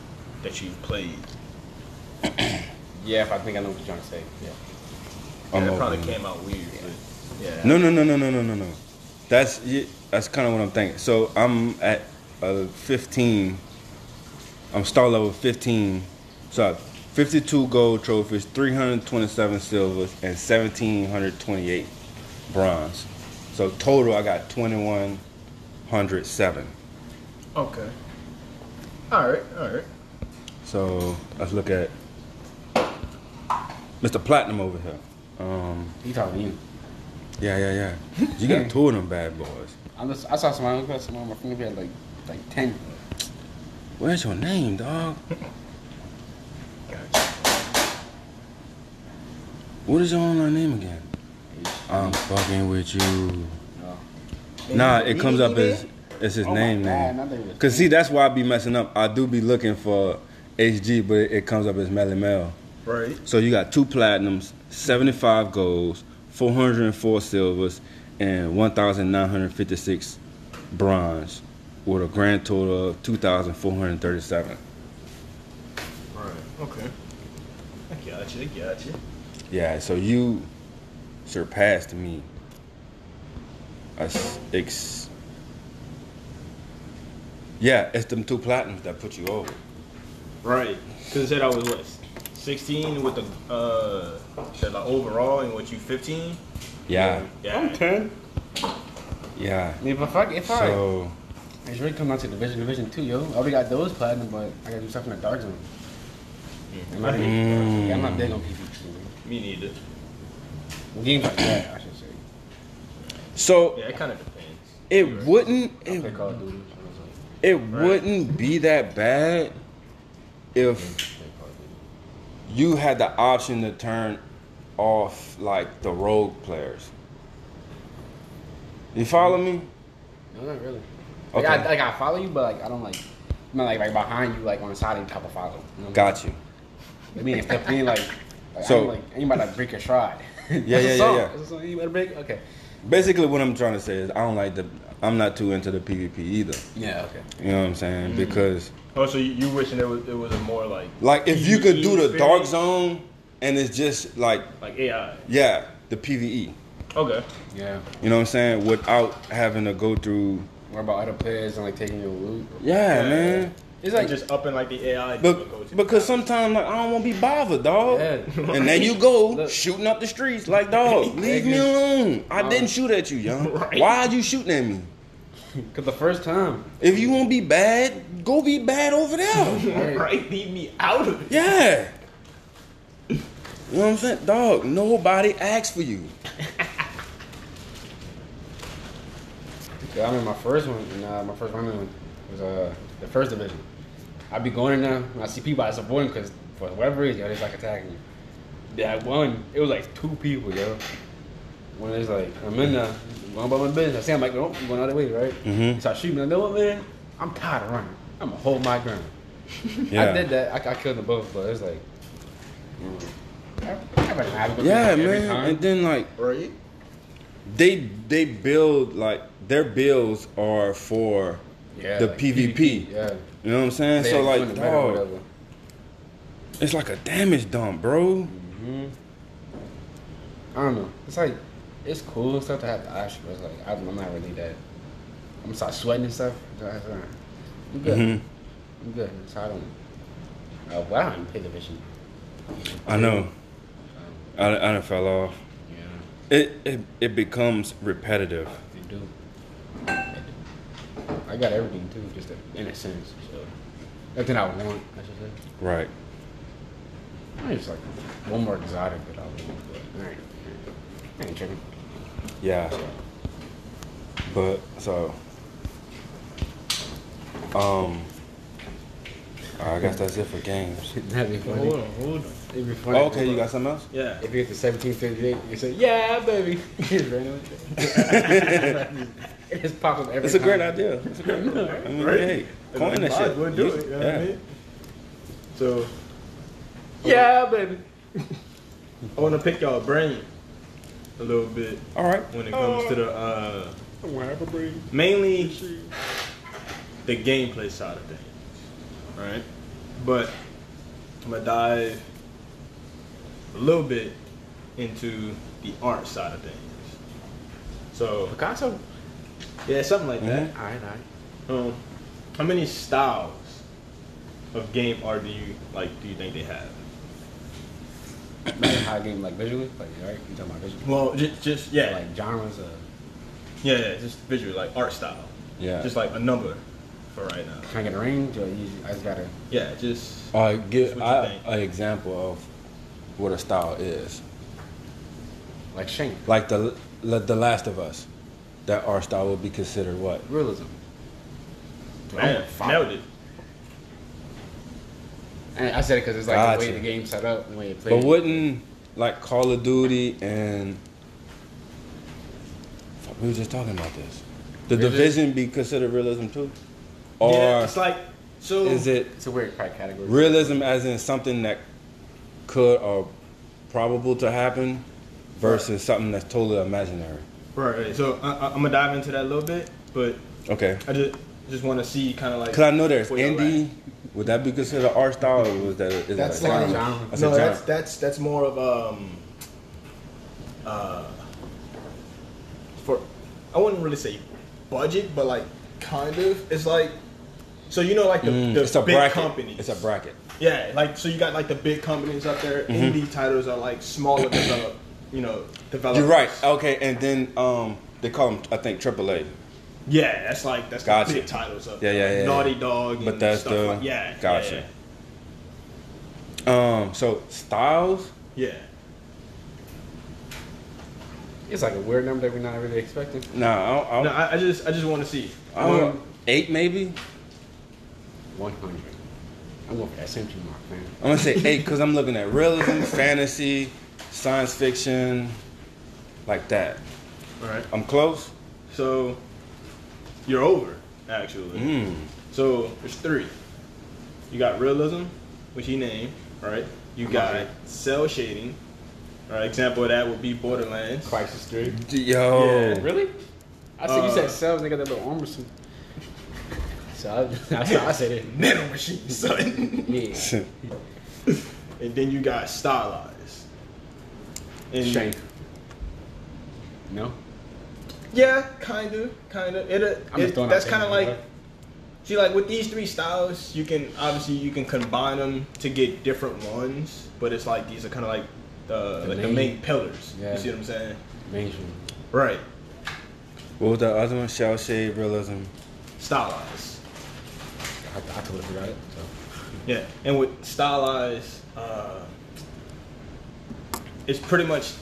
that you've played.
Yeah, if I think I know what you're trying to say. Yeah.
And
I'm
that
over
probably
it.
came out weird. But yeah.
No, no, no, no, no, no, no, no. That's yeah, that's kind of what I'm thinking. So I'm at uh, 15. I'm star level 15. So I have 52 gold trophies, 327 silvers, and 1728 bronze. So total, I got twenty one hundred seven.
Okay. All right. All right.
So let's look at Mr. Platinum over here. Um,
He talking to you.
yeah, yeah, yeah. You got two of them bad boys.
I, listen, I saw somebody else, someone on my phone, we had like, like 10.
Where's your name, dog? What is your online name again? I'm fucking with you. Nah, it comes up as it's his
Oh my
name
God,
name.
I thought it was-
Cause see, that's why I be messing up. I do be looking for HG, but it, it comes up as Melly Mel.
Right.
So you got two platinums, 75 golds, 404 silvers, and 1,956 bronze, with a grand total of 2,437.
Right. Okay. I got you. I got you.
Yeah, so you surpassed me. I s- ex- yeah, it's them two platinums that put you over.
Right. Because it said I was what, 16 with the uh, said like overall, and what you 15?
Yeah,
Yeah.
yeah.
I mean, but fuck, if I.
So
It's really coming out to division, division two, yo. I already got those platinum, but I gotta do stuff in the dark zone. I'm not,
Mm.
yeah, I'm not big on PvP. man.
Me neither.
Well, games like that, I should say.
so
Yeah, it kind of depends.
it wouldn't
I
it
play Call of Duty. so I was like,
it wouldn't be that bad if you had the option to turn off like the rogue players. You follow me?
No, not really.
Okay.
Like, I, like, I follow you, but like, I don't like. I'm not like right behind you, like on the side of you, type of follow. You know?
Got you.
I mean, if I mean, like, like
So-
so, like, anybody like break your stride. (laughs)
yeah, yeah, yeah.
You better break. Okay.
Basically, what I'm trying to say is I don't like the. I'm not too into the PvP either.
Yeah. Okay.
You know what I'm saying? Because
Oh, so you, you wishing it was it was a more like
like if you could do the
PvE
dark
experience?
zone and it's just like
like AI?
yeah, the PVE.
Okay.
Yeah.
You know what I'm saying? Without having to go through.
What about other players and like taking your loot?
Yeah,
Yeah.
man.
It's
Like
like
just upping like the AI.
But, because sometimes like, I don't want to be bothered, dog. (laughs)
(laughs) Yeah.
And then you go
Look. Uh-huh.
shooting up the streets like, dog, leave me alone. I didn't shoot at you,
(laughs)
young. Why are you shooting at me?
(laughs) cause the first time.
If you want to be bad, go be bad over
(laughs)
there.
(laughs) right, leave me out of it.
yeah. You know what I'm saying, dog? Nobody asked for you.
Yeah, I mean, my first one, and, uh, my first running was uh, the first division. I'd be going in there, and I see people I support because for whatever reason, yo, they just like attacking you. That one, it was like two people, yo. When it's like, I'm in there, going about my business. I see, I'm like, nope, I'm going out of the way, right?
Mhm.
So I shoot, me, I know what, man? I'm tired of running. I'm going to hold my ground. I did that. I, I killed them both, but it's like, mm, I, I better have a good
Yeah,
every
man.
time.
And then like
Right.
they they build like their bills are for
yeah,
the
like,
PvP.
Yeah.
You know what I'm saying?
They
so
doing
like,
the better or
dog,
whatever.
it's like a damage dump, bro.
I don't know. It's like it's cool and stuff to have the option, but it's like I'm, I'm not really that. I'm gonna start sweating and stuff. so I- so I- I'm good.
Mhm.
I'm good. So I don't. Uh, well, I don't even pay division.
I know. I I done fell off.
Yeah,
It it it becomes repetitive.
you do. I do. I got everything too, just in a sense. So nothing I want. I should say.
Right.
I just like one more exotic that I want. But I ain't, I ain't tripping.
Yeah. But so. Um. I guess that's it for games.
That'd be funny.
Hold on. Hold on.
It'd be funny.
Okay, you got something else?
Yeah.
If you get to 1758, you say, yeah, baby. (laughs) Just randomly. it just pops up every
It's a great
time.
idea. It's a
(laughs)
great idea. I mean,
Right.
hey,
If
coin
we
that
might as
shit.
well do it. You know what I
Yeah.
mean? So
Yeah, baby.
I want to pick y'all brain a little bit
All right.
when it comes to the uh,
Whatever, baby.
mainly the gameplay side of things, right? But I'm gonna dive a little bit into the art side of things. So
Picasso?
yeah, something like that.
Mm-hmm.
All right, all right.
Um, how many styles of game art do you like? Do you think they have?
Imagine how I game like visually, like right? You talking about visually?
Well, just, just yeah,
Like genres of
yeah, yeah, just visually, like art style.
Yeah.
Just like a number for right now.
can I get a range or you, I just gotta
Yeah, just
Uh, give
What you
I,
think?
an example of what a style is.
like Shane
Like the like The Last of Us, that art style would be considered what?
realism.
Oh,
man, nailed it.
And I said it because it's like the way
Gotcha.
the game set up, the way it played.
But wouldn't like Call of Duty and Fuck, we were just talking about this. The
Is it-
Division be considered realism too, or
yeah, it's like so.
is it
It's a weird probably category.
realism as in something that could or probable to happen versus something that's totally imaginary?
right, right. So I, I, I'm gonna dive into that a little bit, but
Okay.
I just just want to see kind of like.
Cause I know there's
where y'all at.
indie. Would that be considered art style? Or was that is
That's
that
like
a
a
genre?
genre.
That's a
no,
genre.
that's that's that's more of um
uh, for I wouldn't really say budget, but like kind of. It's like so you know like the,
Mm,
the
it's a
big
bracket.
companies.
It's a bracket.
Yeah, like so you got like the big companies up there. Indie titles are like smaller develop, you know, developers.
You're right. Okay, and then um, they call them I think AAA.
Yeah, that's like that's
Gotcha.
the big titles up
Yeah,
there.
yeah, yeah,
like Naughty Dog.
But
and
that's
stuff
the
like, yeah. yeah,
Gotcha. Um, so styles.
Yeah.
It's like a weird number that we're not really expecting.
Nah, I don't, I
No,
don't,
I, I just I just want to see.
I don't, eight maybe.
One hundred. I'm going for that century mark, man.
I'm gonna
(laughs)
say eight because I'm looking at realism, fantasy, science fiction, like that.
All right.
I'm close.
So you're over actually.
Mm.
So there's three. You got realism, which he named, right? You got cell shading. All right, example of that would be Borderlands. (laughs)
Crisis Three.
Yo,
Yeah.
Really? I said you
Uh,
said cells. They got that little armor suit. (laughs) So I, I, said- I said it.
Nano (laughs) machines, son.
Yeah.
and then you got stylized. And
Shane. No.
Yeah, kind of, kind of. It, uh,
I'm just
it
throwing out
that's kind of
things,
like.
bro.
See, like with these three styles, you can obviously you can combine them to get different ones, but it's like these are kind of like the,
The
like the
main-
main pillars.
Yeah.
You see what I'm saying?
Mainstream.
Right.
(laughs) what was the other one? Shell shade realism.
Stylized.
I, I totally forgot it. So.
Yeah, and with stylized, uh, it's pretty much.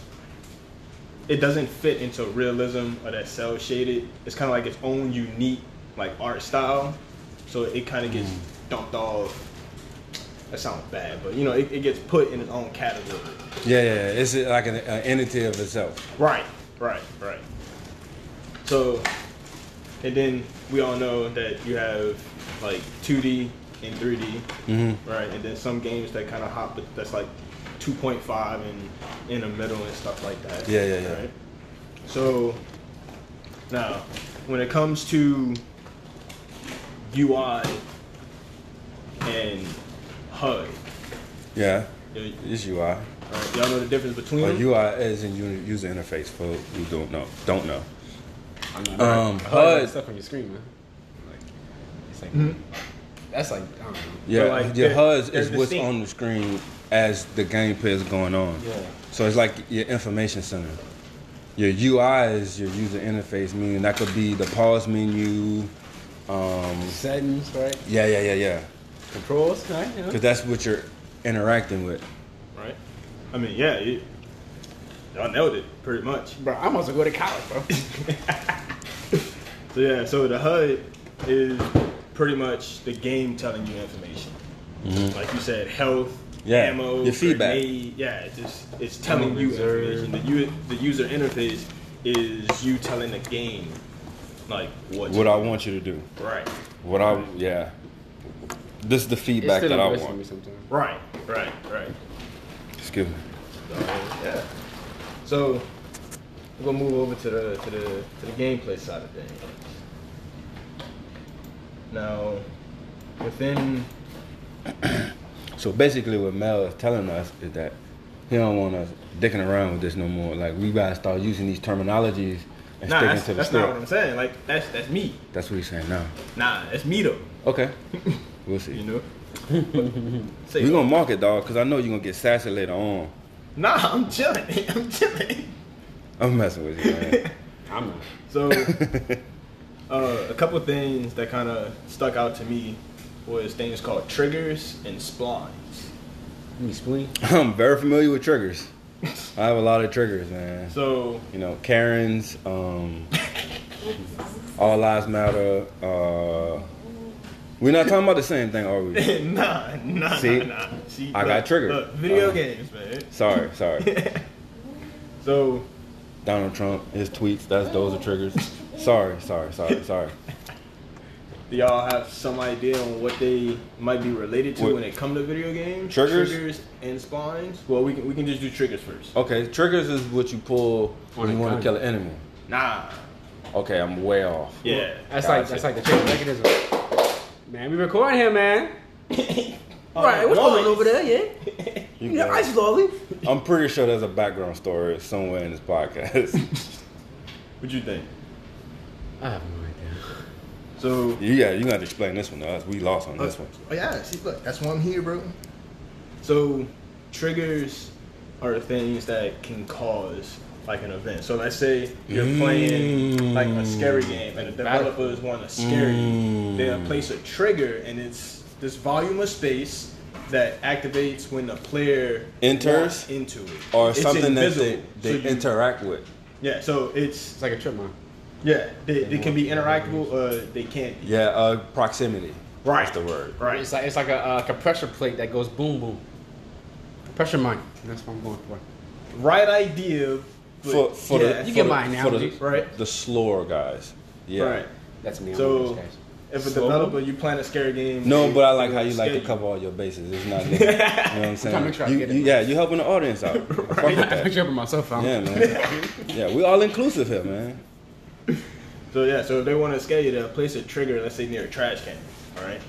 It doesn't fit into realism or that cell shaded. It's kind of like its own unique like art style, so it kind of gets dumped off. That sounds bad, but you know it, it gets put in its own category.
Yeah, yeah, yeah. It's like an, an entity of itself.
Right, right, right. So, and then we all know that you have like 2D and 3D, right? And then some games that kind of hop that's like 2.5 and in the middle and stuff like that.
Yeah, yeah, yeah.
So, now when it comes to UI and HUD,
Yeah,
y-
it's UI.
alright, y'all know the difference between
Or
them?
UI is in u- user interface for who don't know. Don't know.
I know.
Um,
I heard
HUD.
that stuff on your screen, man. Like, it's like that's like I don't know.
Yeah,
But, like,
your
they're-
HUD
they're
is what's
distinct.
on the screen as the gameplay is going on.
Yeah.
So it's like your information center. Your UI is your user interface, meaning that could be the pause menu. Um,
Settings, right?
yeah, yeah, yeah, yeah.
Controls, right? You know?
Because that's what you're interacting with.
right? I mean, yeah, you, y'all nailed it pretty much.
Bro, I'm about to go to college, bro.
So yeah, so the HUD is pretty much the game telling you information. Like you said, health,
Mm-hmm. Yeah,
ammo,
your feedback.
grenade, yeah, it's just it's telling you
reserve.
information. The, u- the user interface is you telling the game like what,
What I want you to do.
right,
What I yeah. This is the
It's
feedback
still
that I
embarrassing me
want.
sometimes.
right, right, right.
Excuse me.
Yeah. So we're gonna move over to the to the to the gameplay side of things. Now, within
So basically, what Mel is telling us is that he don't want us dicking around with this no more. Like we gotta start using these terminologies and
nah,
sticking
that's,
to the
that's
script.
not what I'm saying. Like that's that's me.
That's what he's saying now.
Nah, that's me though. (laughs)
Okay, we'll
You
see.
know.
(laughs)
Say
We're gonna mark it, dog, because I know you're gonna get sassy later on.
Nah, I'm chilling. (laughs) I'm chilling.
I'm messing with you,
(laughs)
man.
I'm not.
(laughs)
So, uh, a couple things that kind of stuck out to me was things called triggers and splines.
You mean spleen?
I'm very familiar with
(laughs)
triggers. I have a lot of triggers, man.
So, (laughs)
You know, Karen's, um, All Lives Matter. Uh, we're not talking about the same thing, are
(laughs)
we?
nah, nah,
See?
nah, nah. See,
I got triggered.
Look, video
Um,
games, man.
Sorry, sorry.
So,
Donald Trump, his tweets, that's those are triggers. Sorry, sorry, sorry, sorry.
do y'all have some idea on what they might be related to
What-
when it come to video games?
Triggers?
triggers and splines. Well, we can we can just do triggers first.
Okay, triggers is what you pull when
On a
you want
gun.
to kill an enemy.
Nah.
Okay, I'm way off.
Yeah.
That's like that's like the check mechanism. Man, we recording here, man. right, what's going on over there? Yeah,
You
yeah,
got it.
ice lolly.
I'm pretty sure there's a background story somewhere in this podcast. (laughs)
What you think?
I have no idea.
So,
you got you got to explain this one to us. We lost on
Oh,
this one.
Oh yeah, see, look, that's why I'm here, bro. So, triggers are things that can cause like an event. So let's say you're
Mm.
playing like a scary game, and the developers want to scare
Mm.
you. They'll place a trigger, and it's this volume of space that activates when the player
Enters?
walks into it,
Or
It's
something that they,
invisible.
they
So you-
interact with.
Yeah, so it's
It's like a trip, man.
yeah, they, they can be interactable. Uh, they can't. Be.
Yeah, uh, proximity. That's the word.
Right.
It's like it's like a, uh, like a pressure plate that goes boom boom. Pressure mine. That's what I'm going for.
Right idea. but-
For for
yeah,
the
You
for
get
the-
my analogy.
for the,
Right.
the slower guys. Yeah.
Right.
That's me. I'm
So-
one of those guys. (laughs)
If a
Slow
developer, you plan a scary game.
No,
they-
but I like
they
how you like to
schedule.
cover all your bases. It's
(laughs)
not, you know what I'm
to
saying?
make sure I
you,
get it.
you- yeah, you helping the audience
(laughs)
out. I fuck with
I
that.
(laughs) picture up myself. I'm,
Yeah, man. Yeah, we all inclusive here, man.
So yeah, so if they want to scare you, they'll place a trigger, let's say near a trash can, all
(laughs)
right?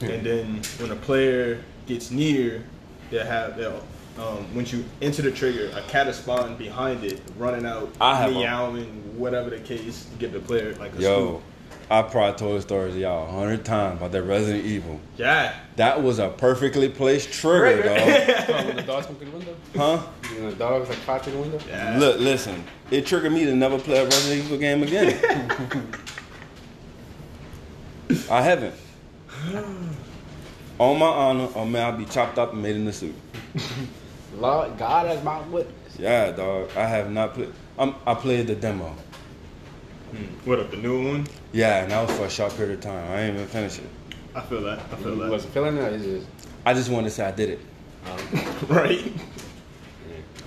and then when a player gets near, they'll have they'll um, once you enter the trigger, a cat is spawned behind it, running out,
I have a-
meowing, whatever the case, to give the player like a
Yo, I probably told stories to y'all a hundred times about that Resident Evil.
scoop. Yeah,
That was a perfectly placed trigger, dog.
Oh, when the dogs come through the window. (laughs)
Huh?
You know, the dogs like pop through the window.
yeah.
Look, listen. It triggered me to never play a Resident Evil game again.
(laughs)
I haven't. On my honor, or may I be chopped up and made into soup.
Lord, God as my witness.
Yeah, dog. I have not played. I'm, I played the demo.
What up the new one?
Yeah, and that was for a short period of time. I ain't even finished it.
I feel that. I feel
You
that.
wasn't feeling it. Or you just
I just wanted to say I did it.
Um, (laughs) Right.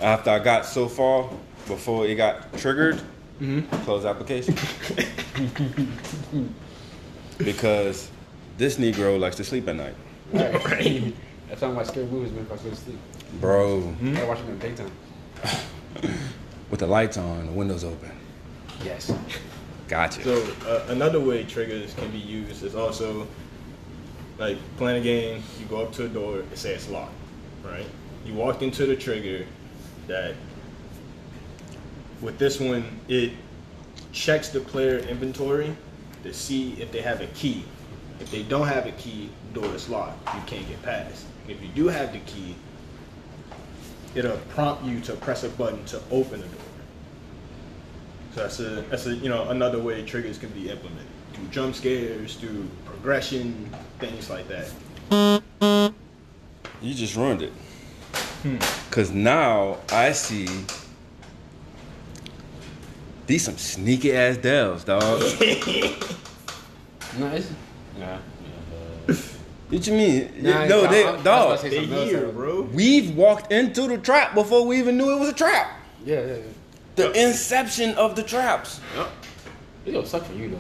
After I got so far, before it got triggered,
Mm-hmm.
close application. because this Negro likes to sleep at night.
(laughs)
Right. (laughs) That's why I watch scary movies, man. If I go to sleep,
Hmm?
Bro,
Mm-hmm.
I watch them in the daytime.
with the lights on, the windows open.
Yes.
Gotcha.
So uh, another way triggers can be used is also like playing a game. You go up to a door, it says locked, right? You walked into the trigger that with this one it checks the player inventory to see if they have a key. If they don't have a key, door is locked. You can't get past. If you do have the key, it'll prompt you to press a button to open the door. So that's a that's a you know another way triggers can be implemented through jump scares, through progression, things like that.
You just ruined it.
Hmm.
Cause now I see these some sneaky ass devs,
(laughs)
dog.
Nice. Yeah.
what you mean?
Nah,
no,
I-
they,
I- I was about to
dog.
say something else.
bro.
We've walked into the trap before we even knew it was a trap.
Yeah, yeah, yeah.
The inception of the traps.
It gonna suck for you though.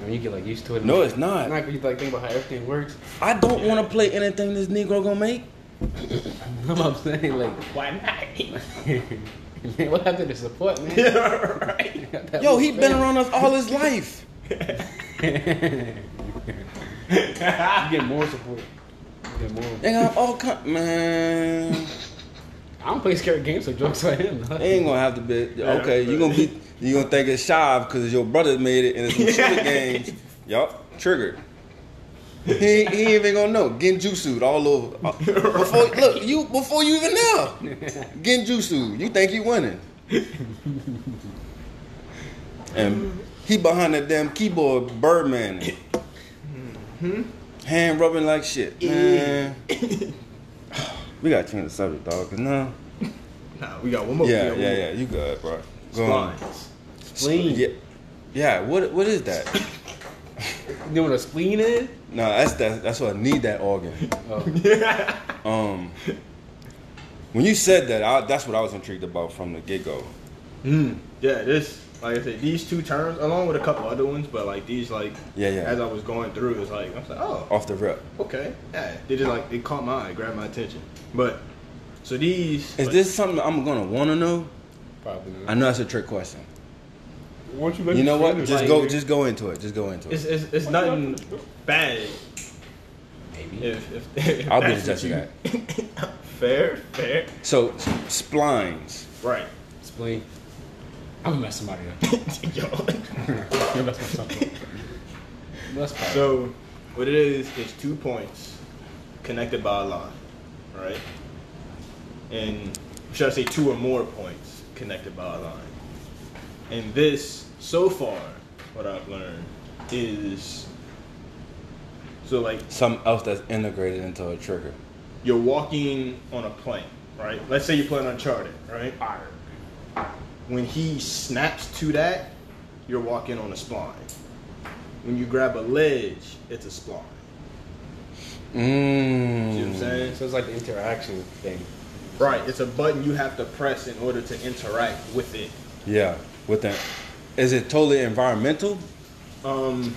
I mean, you get like used to it.
No, it's not.
Not you like think about how everything works.
I don't want to play anything this Negro gonna make.
(laughs) You know what I'm saying? Like,
Why
(laughs)
not?
man, what happened to support, (laughs) man?
right.
That
Yo,
little
he been
man.
around us all
(laughs)
his life.
You get more support. You get more.
They got all kind. Man,
I don't play scary games, so jokes on him. dog.
they ain't gonna have to be. Okay, you gonna be. You gonna think it's shy because your brother made it and it's some shooter games. Yup, triggered. He, he ain't even gonna know. Genjutsu all over. Uh, Before, look, you before you even know. Genjutsu, you think you winning? And he behind that damn keyboard, Birdman. Hand rubbing like shit, man. we gotta change the subject, dog. Cause now,
Nah, we got one more.
yeah,
we got
yeah, yeah. You good, bro? Go
One
on.
more.
Spleen.
Yeah, yeah. What what is that?
You know what a spleen is?
No, that's that. That's why I need that organ.
(laughs)
um, when you said that, I, that's what I was intrigued about from the get go.
Mm, yeah, this like I said, these two terms along with a couple other ones, but like these like
Yeah, yeah.
As I was going through, it's like I was like, oh,
Off the rip,
okay, yeah. They just like it caught my eye, grabbed my attention. But so these
is
like,
this something I'm gonna want to know?
Probably not.
I know that's a trick question.
Won't you let
You
me
know what?
finish?
Just go, just go into it. Just go into
It's
it.
it's, it's nothing bad. Maybe if, if, (laughs) if
I'll be in
that's
touch with
what
that.
you- fair, fair,
So splines.
right,
Spleen. I'm gonna mess somebody up.
(laughs) yo.
I'm gonna mess myself up. That's probably.
So what it is is two points connected by a line, right? And should I say two or more points connected by a line? And this, so far, what I've learned is so like
Something else that's integrated into a trigger.
you're walking on a plane, right? Let's say you're playing Uncharted, right? When he snaps to that, you're walking on a spline. When you grab a ledge, it's a spline. See what I'm
Mmm.
saying?
So it's like the interaction thing.
Right, it's a button you have to press in order to interact with it.
Yeah. With that, is it totally environmental?
Um,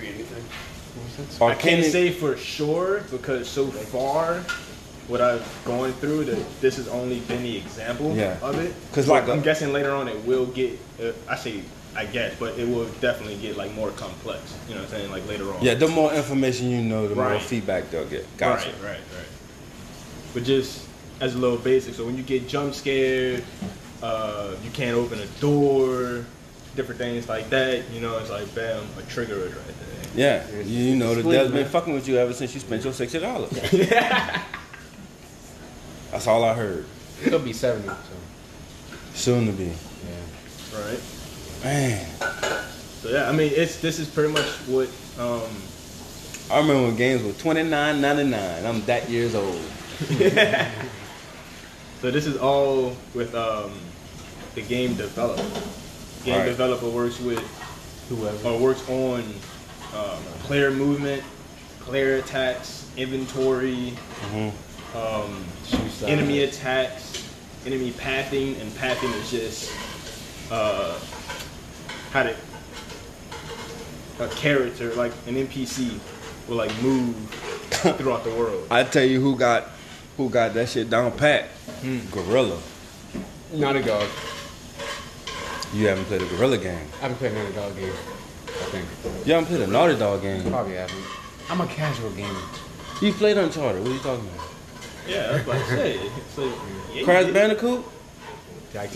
Or
I
can
can't
it-
say for sure because so far, what I've gone through, that this has only been the example
Yeah.
of it.
'Cause
But
like uh, a-
I'm guessing later on it will get. Uh, I say I guess, but it will definitely get like more complex. You know what I'm saying? Like later on.
Yeah. The more information you know, the more
Right.
feedback they'll get. Gotcha.
Right, right, right. But just as a little basic, so when you get jump scared, uh, you can't open a door, different things like that. You know, it's like bam, a trigger is right there.
Yeah, you know the
Split,
dev's been
man.
fucking with you ever since you spent your sixty dollars. That's all I heard.
It'll be 70, so.
Soon to be,
Yeah.
Right.
man.
So yeah, I mean, it's this is pretty much what. Um,
I remember when games were twenty nine ninety nine. I'm that years old.
so this is all with um, the game developer. Game
Right.
developer works with
Whoever.
or works on um, player movement, player attacks, inventory,
Mm-hmm.
um,
Shoots out.
enemy attacks, enemy pathing, and pathing is just uh, how to a character like an NPC will like
(laughs)
move throughout the world.
I tell you who got who got that shit down pat.
Hmm.
Gorilla.
Not a dog.
You haven't played a gorilla game.
I haven't played another dog game. I think.
You haven't played a Naughty Dog game.
Probably haven't. I'm a casual gamer.
You played Uncharted. What are you talking about?
Yeah, that's what I say. It's like, yeah,
Crash
yeah.
Bandicoot.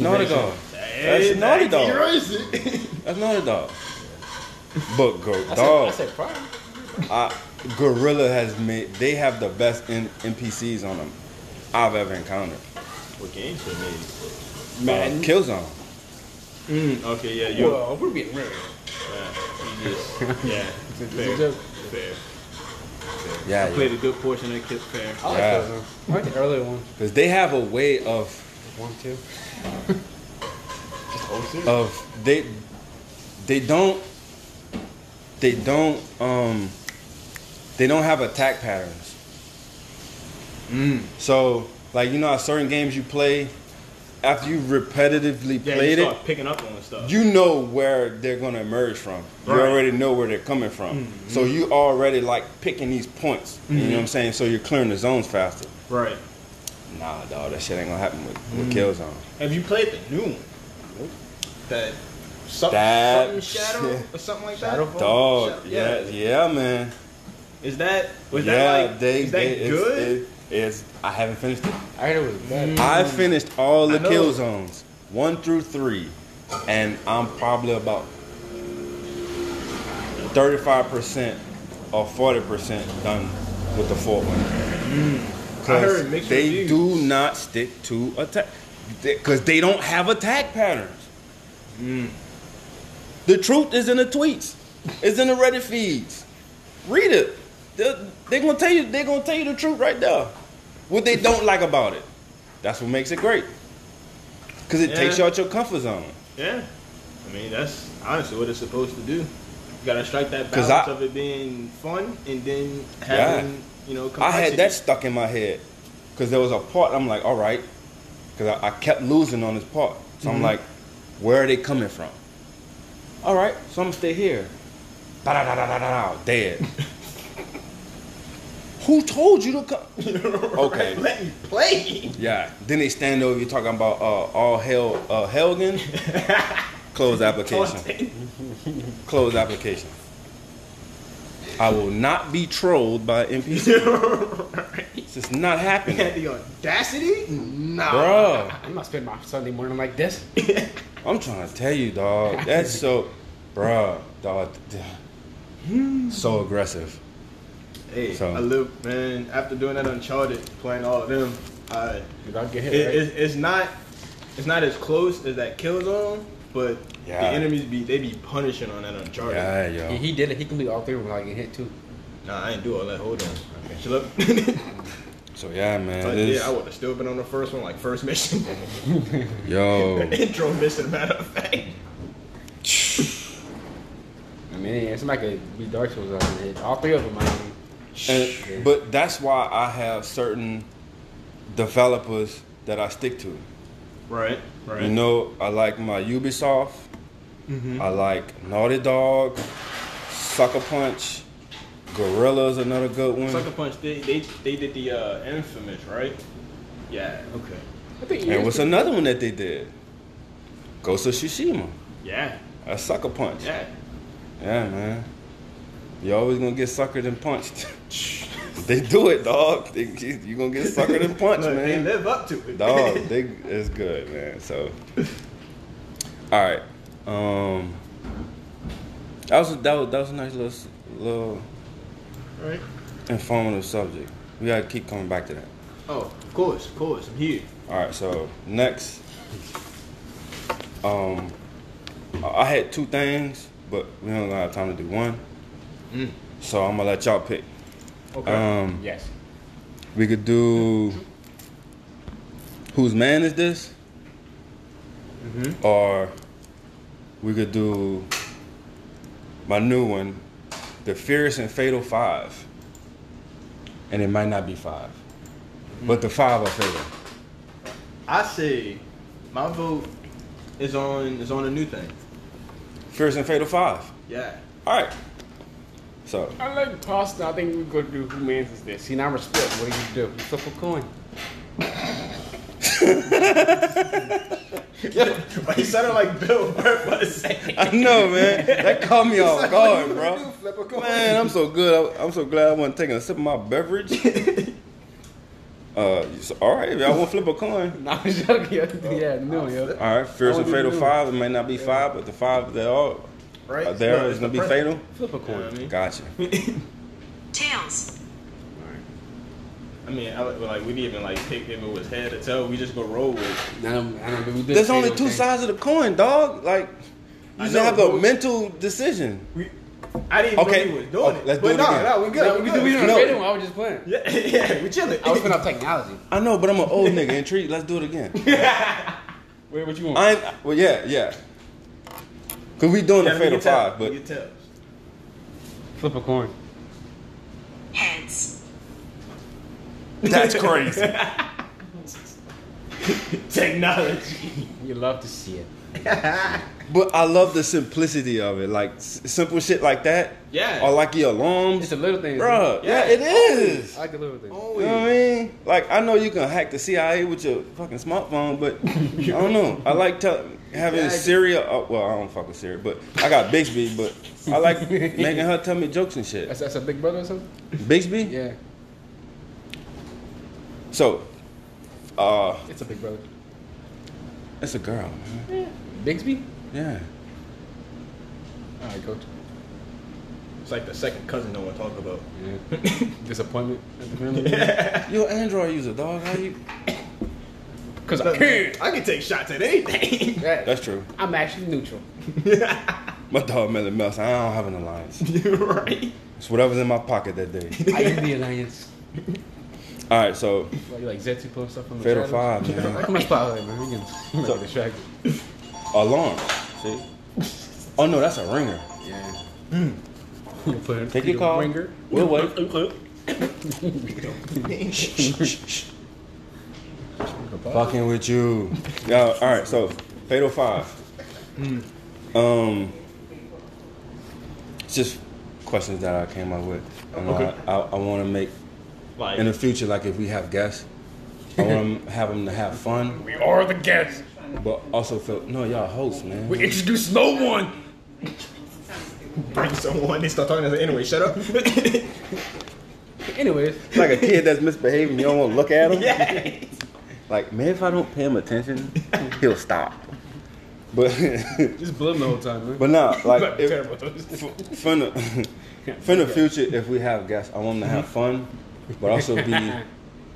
Naughty Dog.
Hey,
That's Naughty
that-
Dog.
you right.
That's Naughty Dog. But go
I said, I
dog.
said probably.
I, Gorilla has made. They have the best N, NPCs on them I've ever encountered.
What games they made?
Man, Killzone.
Mm, okay, yeah, you.
Well, we're being real.
Yeah, you
(laughs)
just, yeah,
It's a
fair,
joke.
fair.
Yeah,
Played a good portion of Kip Fair.
I like
Yeah.
those ones. I like the earlier ones.
because they have a way of
One, two.
of they they don't they don't um they don't have attack patterns.
Mm.
So like you know how certain games you play after you repetitively
Yeah,
played
you
it,
start picking up on stuff.
you know where they're gonna emerge from. You
Right. Mm-hmm.
already know where they're coming from. So you already like picking these points. You know what I'm saying? So you're clearing the zones faster.
right.
Nah, dog, that shit ain't gonna happen with, with
Mm.
Killzone.
Have you played the new one? That something,
That
something shadow
shit.
or something like that.
Dog,
Shadow-
yeah, yeah, man.
Is that was
yeah,
that like
they,
is that
they,
good?
It's, it, it's, I haven't finished it.
I heard it was bad.
I finished all the
I know.
kill zones, one through three, and I'm probably about 35% are forty percent done with the fourth one.
Mm. I
'Cause
heard mixed
they
reviews.
do not stick to attack because they don't have attack patterns.
Mm.
The truth is in the tweets. It's in the Reddit feeds. Read it. They're, they're gonna tell you. They're gonna tell you the truth right there. What they don't like about it. That's what makes it great. Cause it takes you
Yeah.
out your comfort zone.
Yeah. I mean, that's honestly what it's supposed to do. You gotta strike that
'Cause
balance
I-
of it being fun and then
Yeah.
having, you know,
I
complexity.
had that stuck in my head because there was a part I'm like, all right, because I, I kept losing on this part. So I'm like, where are they coming from? All right, so I'm gonna stay here. Da da da da da da da. Dead. Who told you to come? Okay.
Let me play.
Yeah. Then they stand over you talking about uh, all hell uh, Helgen. Close application. Close application. I will not be trolled by NPC. It's just not
Had
happening,
(laughs) the audacity? Nah.
bro.
I'm not spending my Sunday morning like this.
I'm trying to tell you, dog. That's so, bro, dog. So aggressive.
Hey,
So-
I live, man. After doing that Uncharted, playing all of them, I,
Dude, I'll get
it,
hit. right?
it's, it's not, it's not as close as that kill zone, but
Yeah.
the enemies be they be punishing on that Uncharted.
Yeah,
Yeah,
yo.
he did it. He can be all three when I get hit too.
Nah, I ain't do all that. Hold on. Okay. (laughs)
So yeah, man.
but
this-
yeah, I would have still been on the first one, like first mission,
yo.
(laughs) intro mission. Matter of fact.
I mean, yeah, somebody could be Dark Souls out of hit. All three of them, I mean.
And, but that's why I have certain developers that I stick to.
Right. Right. Mm-hmm.
You know, I like my Ubisoft. I like Naughty Dog, Sucker Punch, Gorilla's another good one.
Sucker Punch. They they they did the uh, infamous, right? Yeah. Okay.
I think
and what's
up?
another one that they did? Ghost of Tsushima.
Yeah.
That's Sucker Punch.
Yeah.
Yeah, man. you always gonna get suckered and
(laughs)
punched. they do it, dog. They, you gonna get suckered and punched,
Look,
man.
they live up to it.
Dog, they it's good, man. So, all right. Um, that was that was that was a nice little s- little
(laughs) right.
informative subject. We gotta keep coming back to that.
Oh, of course, of course. I'm here.
All right. So next, um, I I had two things, but we don't gonna have time to do one. So I'm gonna let y'all pick.
Okay.
Um,
Yes.
we could do. Whose man is this? Or we could do my new one, the Furious and Fatal Five. And it might not be 5 but the five are fatal.
I say, my vote is on is on a new thing.
Furious and Fatal Five.
Yeah.
All right. So
I like pasta. I think we're going to do who mans is this. See, now I respect. What do you do? You flip a coin. (laughs)
(laughs) he sounded like Bill Burr for
(laughs)
a second.
I know, man, that caught me off guard,
do,
bro.
flip a coin.
Man, I'm so good. I, I'm so glad I wasn't taking a sip of my
(laughs)
beverage. Uh, so, all right, if y'all want to flip a coin.
Nah, I'm joking. Yeah, no, yo.
All right, Fierce and
I wanna do
Fatal
the new
Five. It may not be five, but the five that are
Right?
are there
No,
is
it's
gonna
the
be
first-
fatal.
Flip a coin.
Yeah, I mean-
Gotcha.
Tails.
I mean, I, would- like we didn't even like pick if it was head or tail. We just go roll with. it.
I don't, I don't, we did
There's
say
only
those
two
things.
sides of the coin, dog. Like you
I
just
know,
have a
but-
mental decision.
We, I didn't even
Okay.
know we was doing
Okay,
it.
let's do
but
it
no,
again.
no, we good.
We,
we
we, we
good.
didn't
No.
read them. I was just playing.
yeah, (laughs) yeah, we chilling.
(laughs) I was
(laughs)
putting out technology.
I know, but I'm an old nigga intrigued. Let's do it again.
Wait, what you want?
I ain't- well, yeah, yeah. Cause we doing the
Yeah, we
fatal
get tails.
five,
We
but
get tails.
flip a coin.
Heads.
that's crazy.
(laughs) technology.
You love to see it.
But I love the simplicity of it. Like s- simple shit like that.
Yeah.
Or like your alarms,
It's the little things.
bruh. Yeah,
Yeah.
it is.
I like the little things.
You know what I mean? Like I know you can hack the CIA with your fucking smartphone,
(laughs)
but I don't know. I like tell having Siri. Oh, well, I don't fuck with Siri, but I got Bixby. But I
(laughs)
like making her tell me jokes and shit.
That's, that's a big brother or something?
Bixby.
Yeah,
So, uh,
it's a big brother.
it's a girl. Man.
Bigsby?
Yeah.
All right, coach.
It's like the second cousin no one talk about.
Yeah. Disappointment at the family. (laughs)
You an Android user, dog. How you?
Because I can't.
I can take shots at anything. (laughs)
That's true.
I'm actually neutral.
My dog Melon Mouse. I don't have an alliance.
right.
It's whatever's in my pocket that day.
I am the alliance.
All right, so
Like, you like Zetsu pulling stuff from the
Fatal
shadows?
Five, man.
How come I spotlight, man? You getting- you might get distracted.
alarm. See? Oh no, that's a ringer. Hmm.
Yeah. Put-
Take your call.
Winger.
We'll wait. Fucking with you. Yeah. All right. So, Fatal Five. Um, it's just questions that I came up with, and
Okay.
I, I, I want to make
Like
in the future, like if we have guests, I want to have them to have fun,
(laughs) We are the guests.
but also feel no, y'all hosts, man.
We introduce no one.
bring someone, they start talking. I say, anyway, shut (laughs) up.
Anyways,
(laughs) like a kid that's misbehaving, you don't want to look
(laughs)
at him. Like, man, if I don't pay him attention, he'll stop. But (laughs)
just blow 'em the whole time, man.
but
(laughs)
nah, like
Be
if,
terrible.
f- for (laughs) the, for the future, if we have guests, I want them to
Mm-hmm.
have fun, but also
(laughs)
be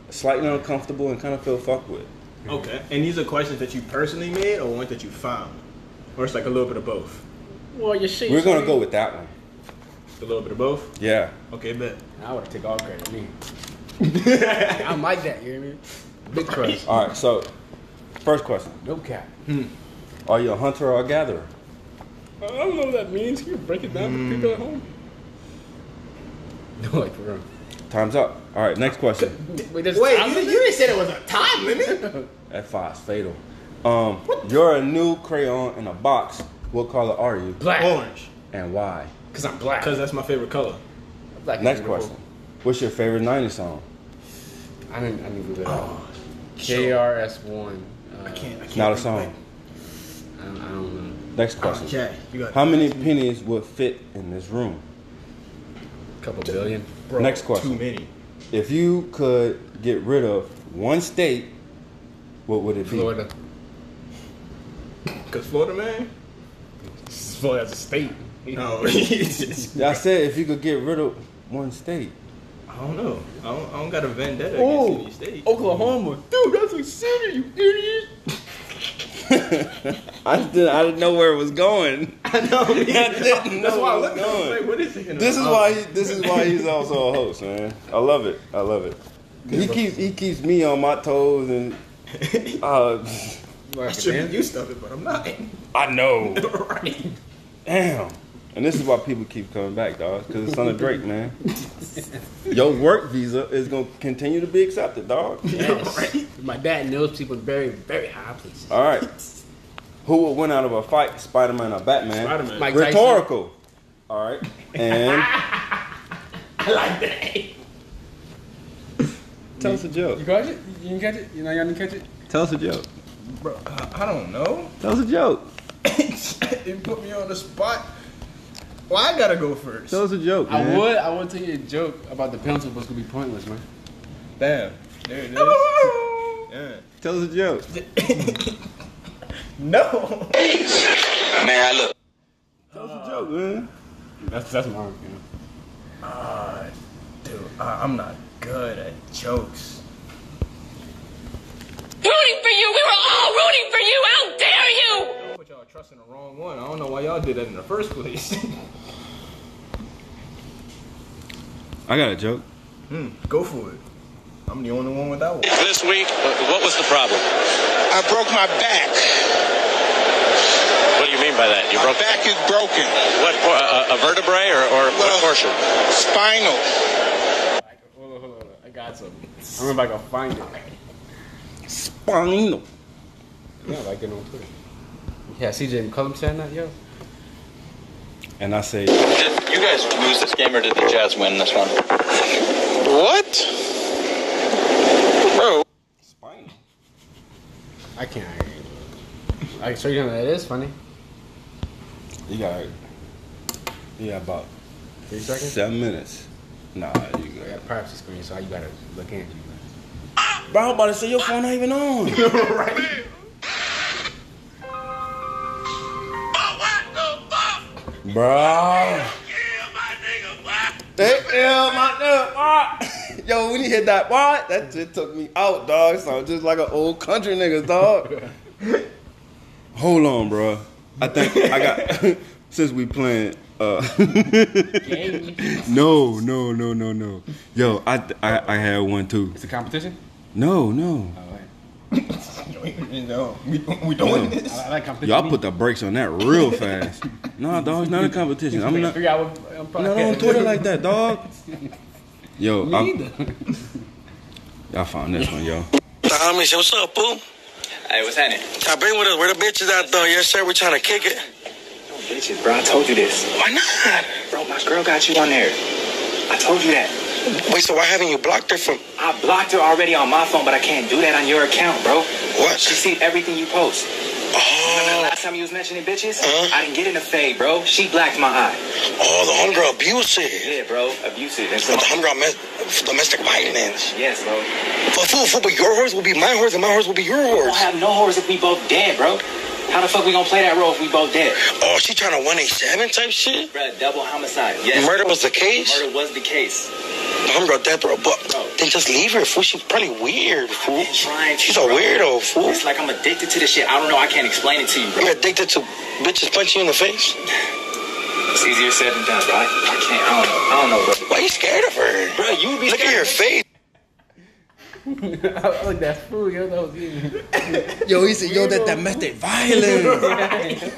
slightly uncomfortable and kind of feel fucked with.
okay. And these are questions that you personally made, or ones that you found, or it's like a little bit of both.
well, you shit.
We're gonna go with that one.
A little bit of both.
Yeah.
Okay, bet.
I would take all credit. (laughs) Me. I'm like that. You hear me?
(laughs)
Big trust.
All right. So, first question:
No cap.
Are you a hunter or a gatherer?
I don't know what that means. Can you break it down for people at home? No, like for real.
Time's up. All right. Next question.
Wait, there's
didn't say there was a time limit.
That five's fatal. Um, you're a new crayon in a box. What color are you?
black.
Orange,
and why?
Because I'm black.
because that's my favorite color.
black is
Next
beautiful.
question. What's your favorite 90s song?
I didn't. I didn't do that. KRS One. Uh, Oh, I
Can't- I can't
Not a
think
song.
I don't, I don't know.
Next
of it.
question.
Okay, you got
How many pennies would fit in this room?
couple billion.
Bro,
next question.
Too many.
If you could get rid of one state, what would it be?
Florida.
Cause Florida man.
Florida as a state.
No, (laughs) it's just-
I said if you could get rid of one state.
I don't know. I don't, I don't got a vendetta
Ooh.
against any state.
Oklahoma. Dude, that's a city, you idiot.
I didn't, I didn't know where it was going. (laughs) I know.
That's why I looked at him, like, what is it?
This is why he, this is why he's also a host, man. I love it. I love it. He keeps he keeps me on my toes and uh,
I should be used to it, but I'm not.
I know.
right.
Damn. And this is why people keep coming back, dog. Because it's under Drake, man. Your work visa is going to continue to be accepted, dog.
(laughs) Yes. My dad knows people very, very high places.
All right. Who would win out of a fight, Spider Man or Batman?
Spider-Man.
Mike Tyson.
Rhetorical. All right. And. I like that. Tell us a joke.
You got it? You didn't catch it? You know y'all didn't catch it?
Tell us a joke.
Bro, I, I don't know. (laughs)
Tell us a joke.
it put me on the spot. Well, I gotta go first.
Tell us a joke. Man.
I would I would tell you a joke about the pencil, but it's gonna be pointless, man.
Damn. There it is. (laughs) Yeah.
Tell us a joke.
No.
Man, I look.
Tell us a joke, man.
That's that's mine, you know.
Dude, I, I'm not good at jokes.
Rooting for you! We were all rooting for you! How dare you!
But y'all trusting the wrong one. I don't know why y'all did that in the first place. (laughs)
I got a joke.
Hmm, go for it. I'm the only one with that one.
This week, what was the problem?
I broke my back.
What do you mean by that? You
My
broke
back is broken.
what? por- A, a vertebrae or, or
Well-
what portion?
Spinal.
Hold on, hold on, hold on. I got (laughs) something. I don't know if I can find it.
Spinal.
Yeah, like it on Twitter. Yeah, CJ McCollum saying that, yo.
And I say,
Did you guys lose this game or did the Jazz win this one?
What? Bro.
Spinal.
I can't hear you. I can show you how that is funny.
You got you got about
Three seconds?
seven minutes. Nah, you
I
good.
got privacy screen, so you gotta look in.
Bro, I'm about to say your phone not even (laughs) on. Bro,
Yeah, my nigga.
Hey, yeah, my nigga, why? (laughs) Yo, when he hit that why, that shit took me out, dog. Sound just like an old country niggas, dog. (laughs) Hold on, bro. I think I got (laughs) since we playing. Uh, (laughs) no, no, no, no, no. Yo, I, I I had one too.
It's a competition.
No, no.
All right.
No, we, we doing this.
I, I like competition.
Y'all put the brakes on that real
(laughs)
fast. nah, dog, it's not a competition. I'm not.
Three hour. I'm
I'm not on Twitter like that, dog. Yo,
Me
I'm-
either.
y'all found this one, yo.
The homies, what's up, boo?
Hey, what's happening?
I been with us. Where the bitches out though? Yes, sir. We trying to kick it.
Bitches, bro, I told you this.
Why not?
Bro, my girl got you on there. I told you that.
Wait, so why haven't you blocked her from
I blocked her already on my phone, but I can't do that on your account, bro. She
what?
seen everything you post. Remember the
Oh,
last time you was mentioning bitches?
Huh?
I didn't get in a fade, bro. She blacked my eye.
oh, the homegirl abusive.
Yeah, bro. Abusive. And so,
The homegirl mes- domestic violence.
yes, bro.
But fool, fool, but your horse will be my horse, and my horse will be your
We don't
horse.
have no horse if we both dead, bro. How the fuck we gonna play that role if we both dead?
Oh, she trying to one eight seven type shit.
Bro, double homicide.
Murder was the case.
Murder was the case.
Homegirl death row,
Bro.
but then just leave her, fool. She's probably weird, fool.
been trying to,
She's a
bro.
weirdo, fool.
It's like I'm addicted to this shit. I don't know. I can't explain it to you, bro.
You're addicted to bitches punching you in the face.
It's easier said than done, bro. I, I can't. I don't know. I don't know, bro.
Why you scared of her?
Bro, you be
Look at
scared
your
of-
face.
I like that food. Yo, that was eating.
Yo, he said, yo, that domestic violence.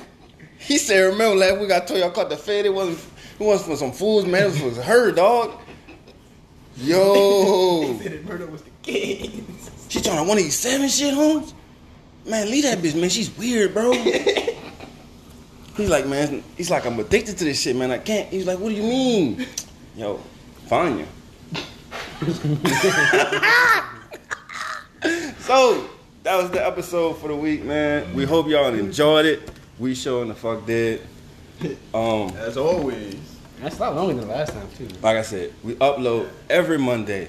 he said, remember last week I told y'all caught the fed. It wasn't, it wasn't for some fools, man. It was for her, dog.
(laughs)
Yo.
Murder was the king.
she trying to one of these seven shit, homes? Man, leave that bitch, man. She's weird,
(laughs)
bro. he's like, man, he's like, I'm addicted to this shit, man. I can't. He's like, what do you mean? Yo, Fanya. So that was the episode for the week, man. We hope y'all enjoyed it. We showing the fuck did. Um,
As always.
That's a lot longer than last time too.
like I said, we upload every Monday,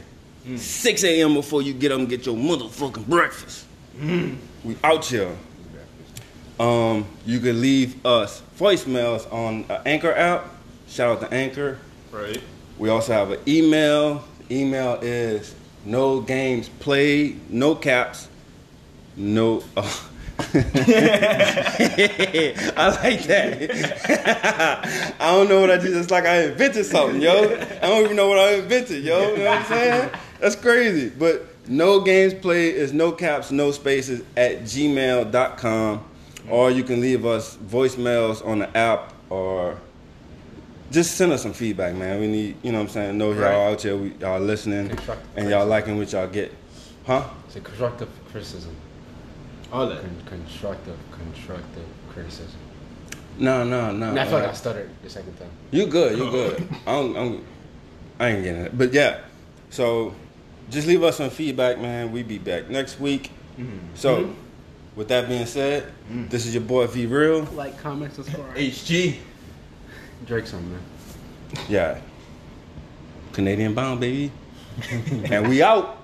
6 a.m. before you get up and get your motherfucking breakfast. We out here. Um, you can leave us voicemails on uh, Anchor app. Shout out to Anchor.
Right.
We also have an email. Email is no games played, no caps, no. oh. (laughs) I like that. (laughs) I don't know what I did. It's like I invented something, yo. I don't even know what I invented, yo. You know what I'm saying? That's crazy. But no games played is no caps, no spaces at gmail.com. Or you can leave us voicemails on the app or just send us some feedback, man. We need, you know what I'm saying? Know y'all all out there, we, y'all listening,
Constructive
and y'all liking what y'all get. Huh?
It's a constructive criticism.
All that.
Con- constructive, constructive criticism.
No, no, no.
And I feel like I stuttered the second time.
You good, you good. I'm, I'm, I ain't getting it. But yeah, so just leave us some feedback, man. We be back next week. So, with that being said, this is your boy V Real.
Like, comment, subscribe.
HG.
Drake something, man.
Yeah. Canadian bound, baby. (laughs) and we out.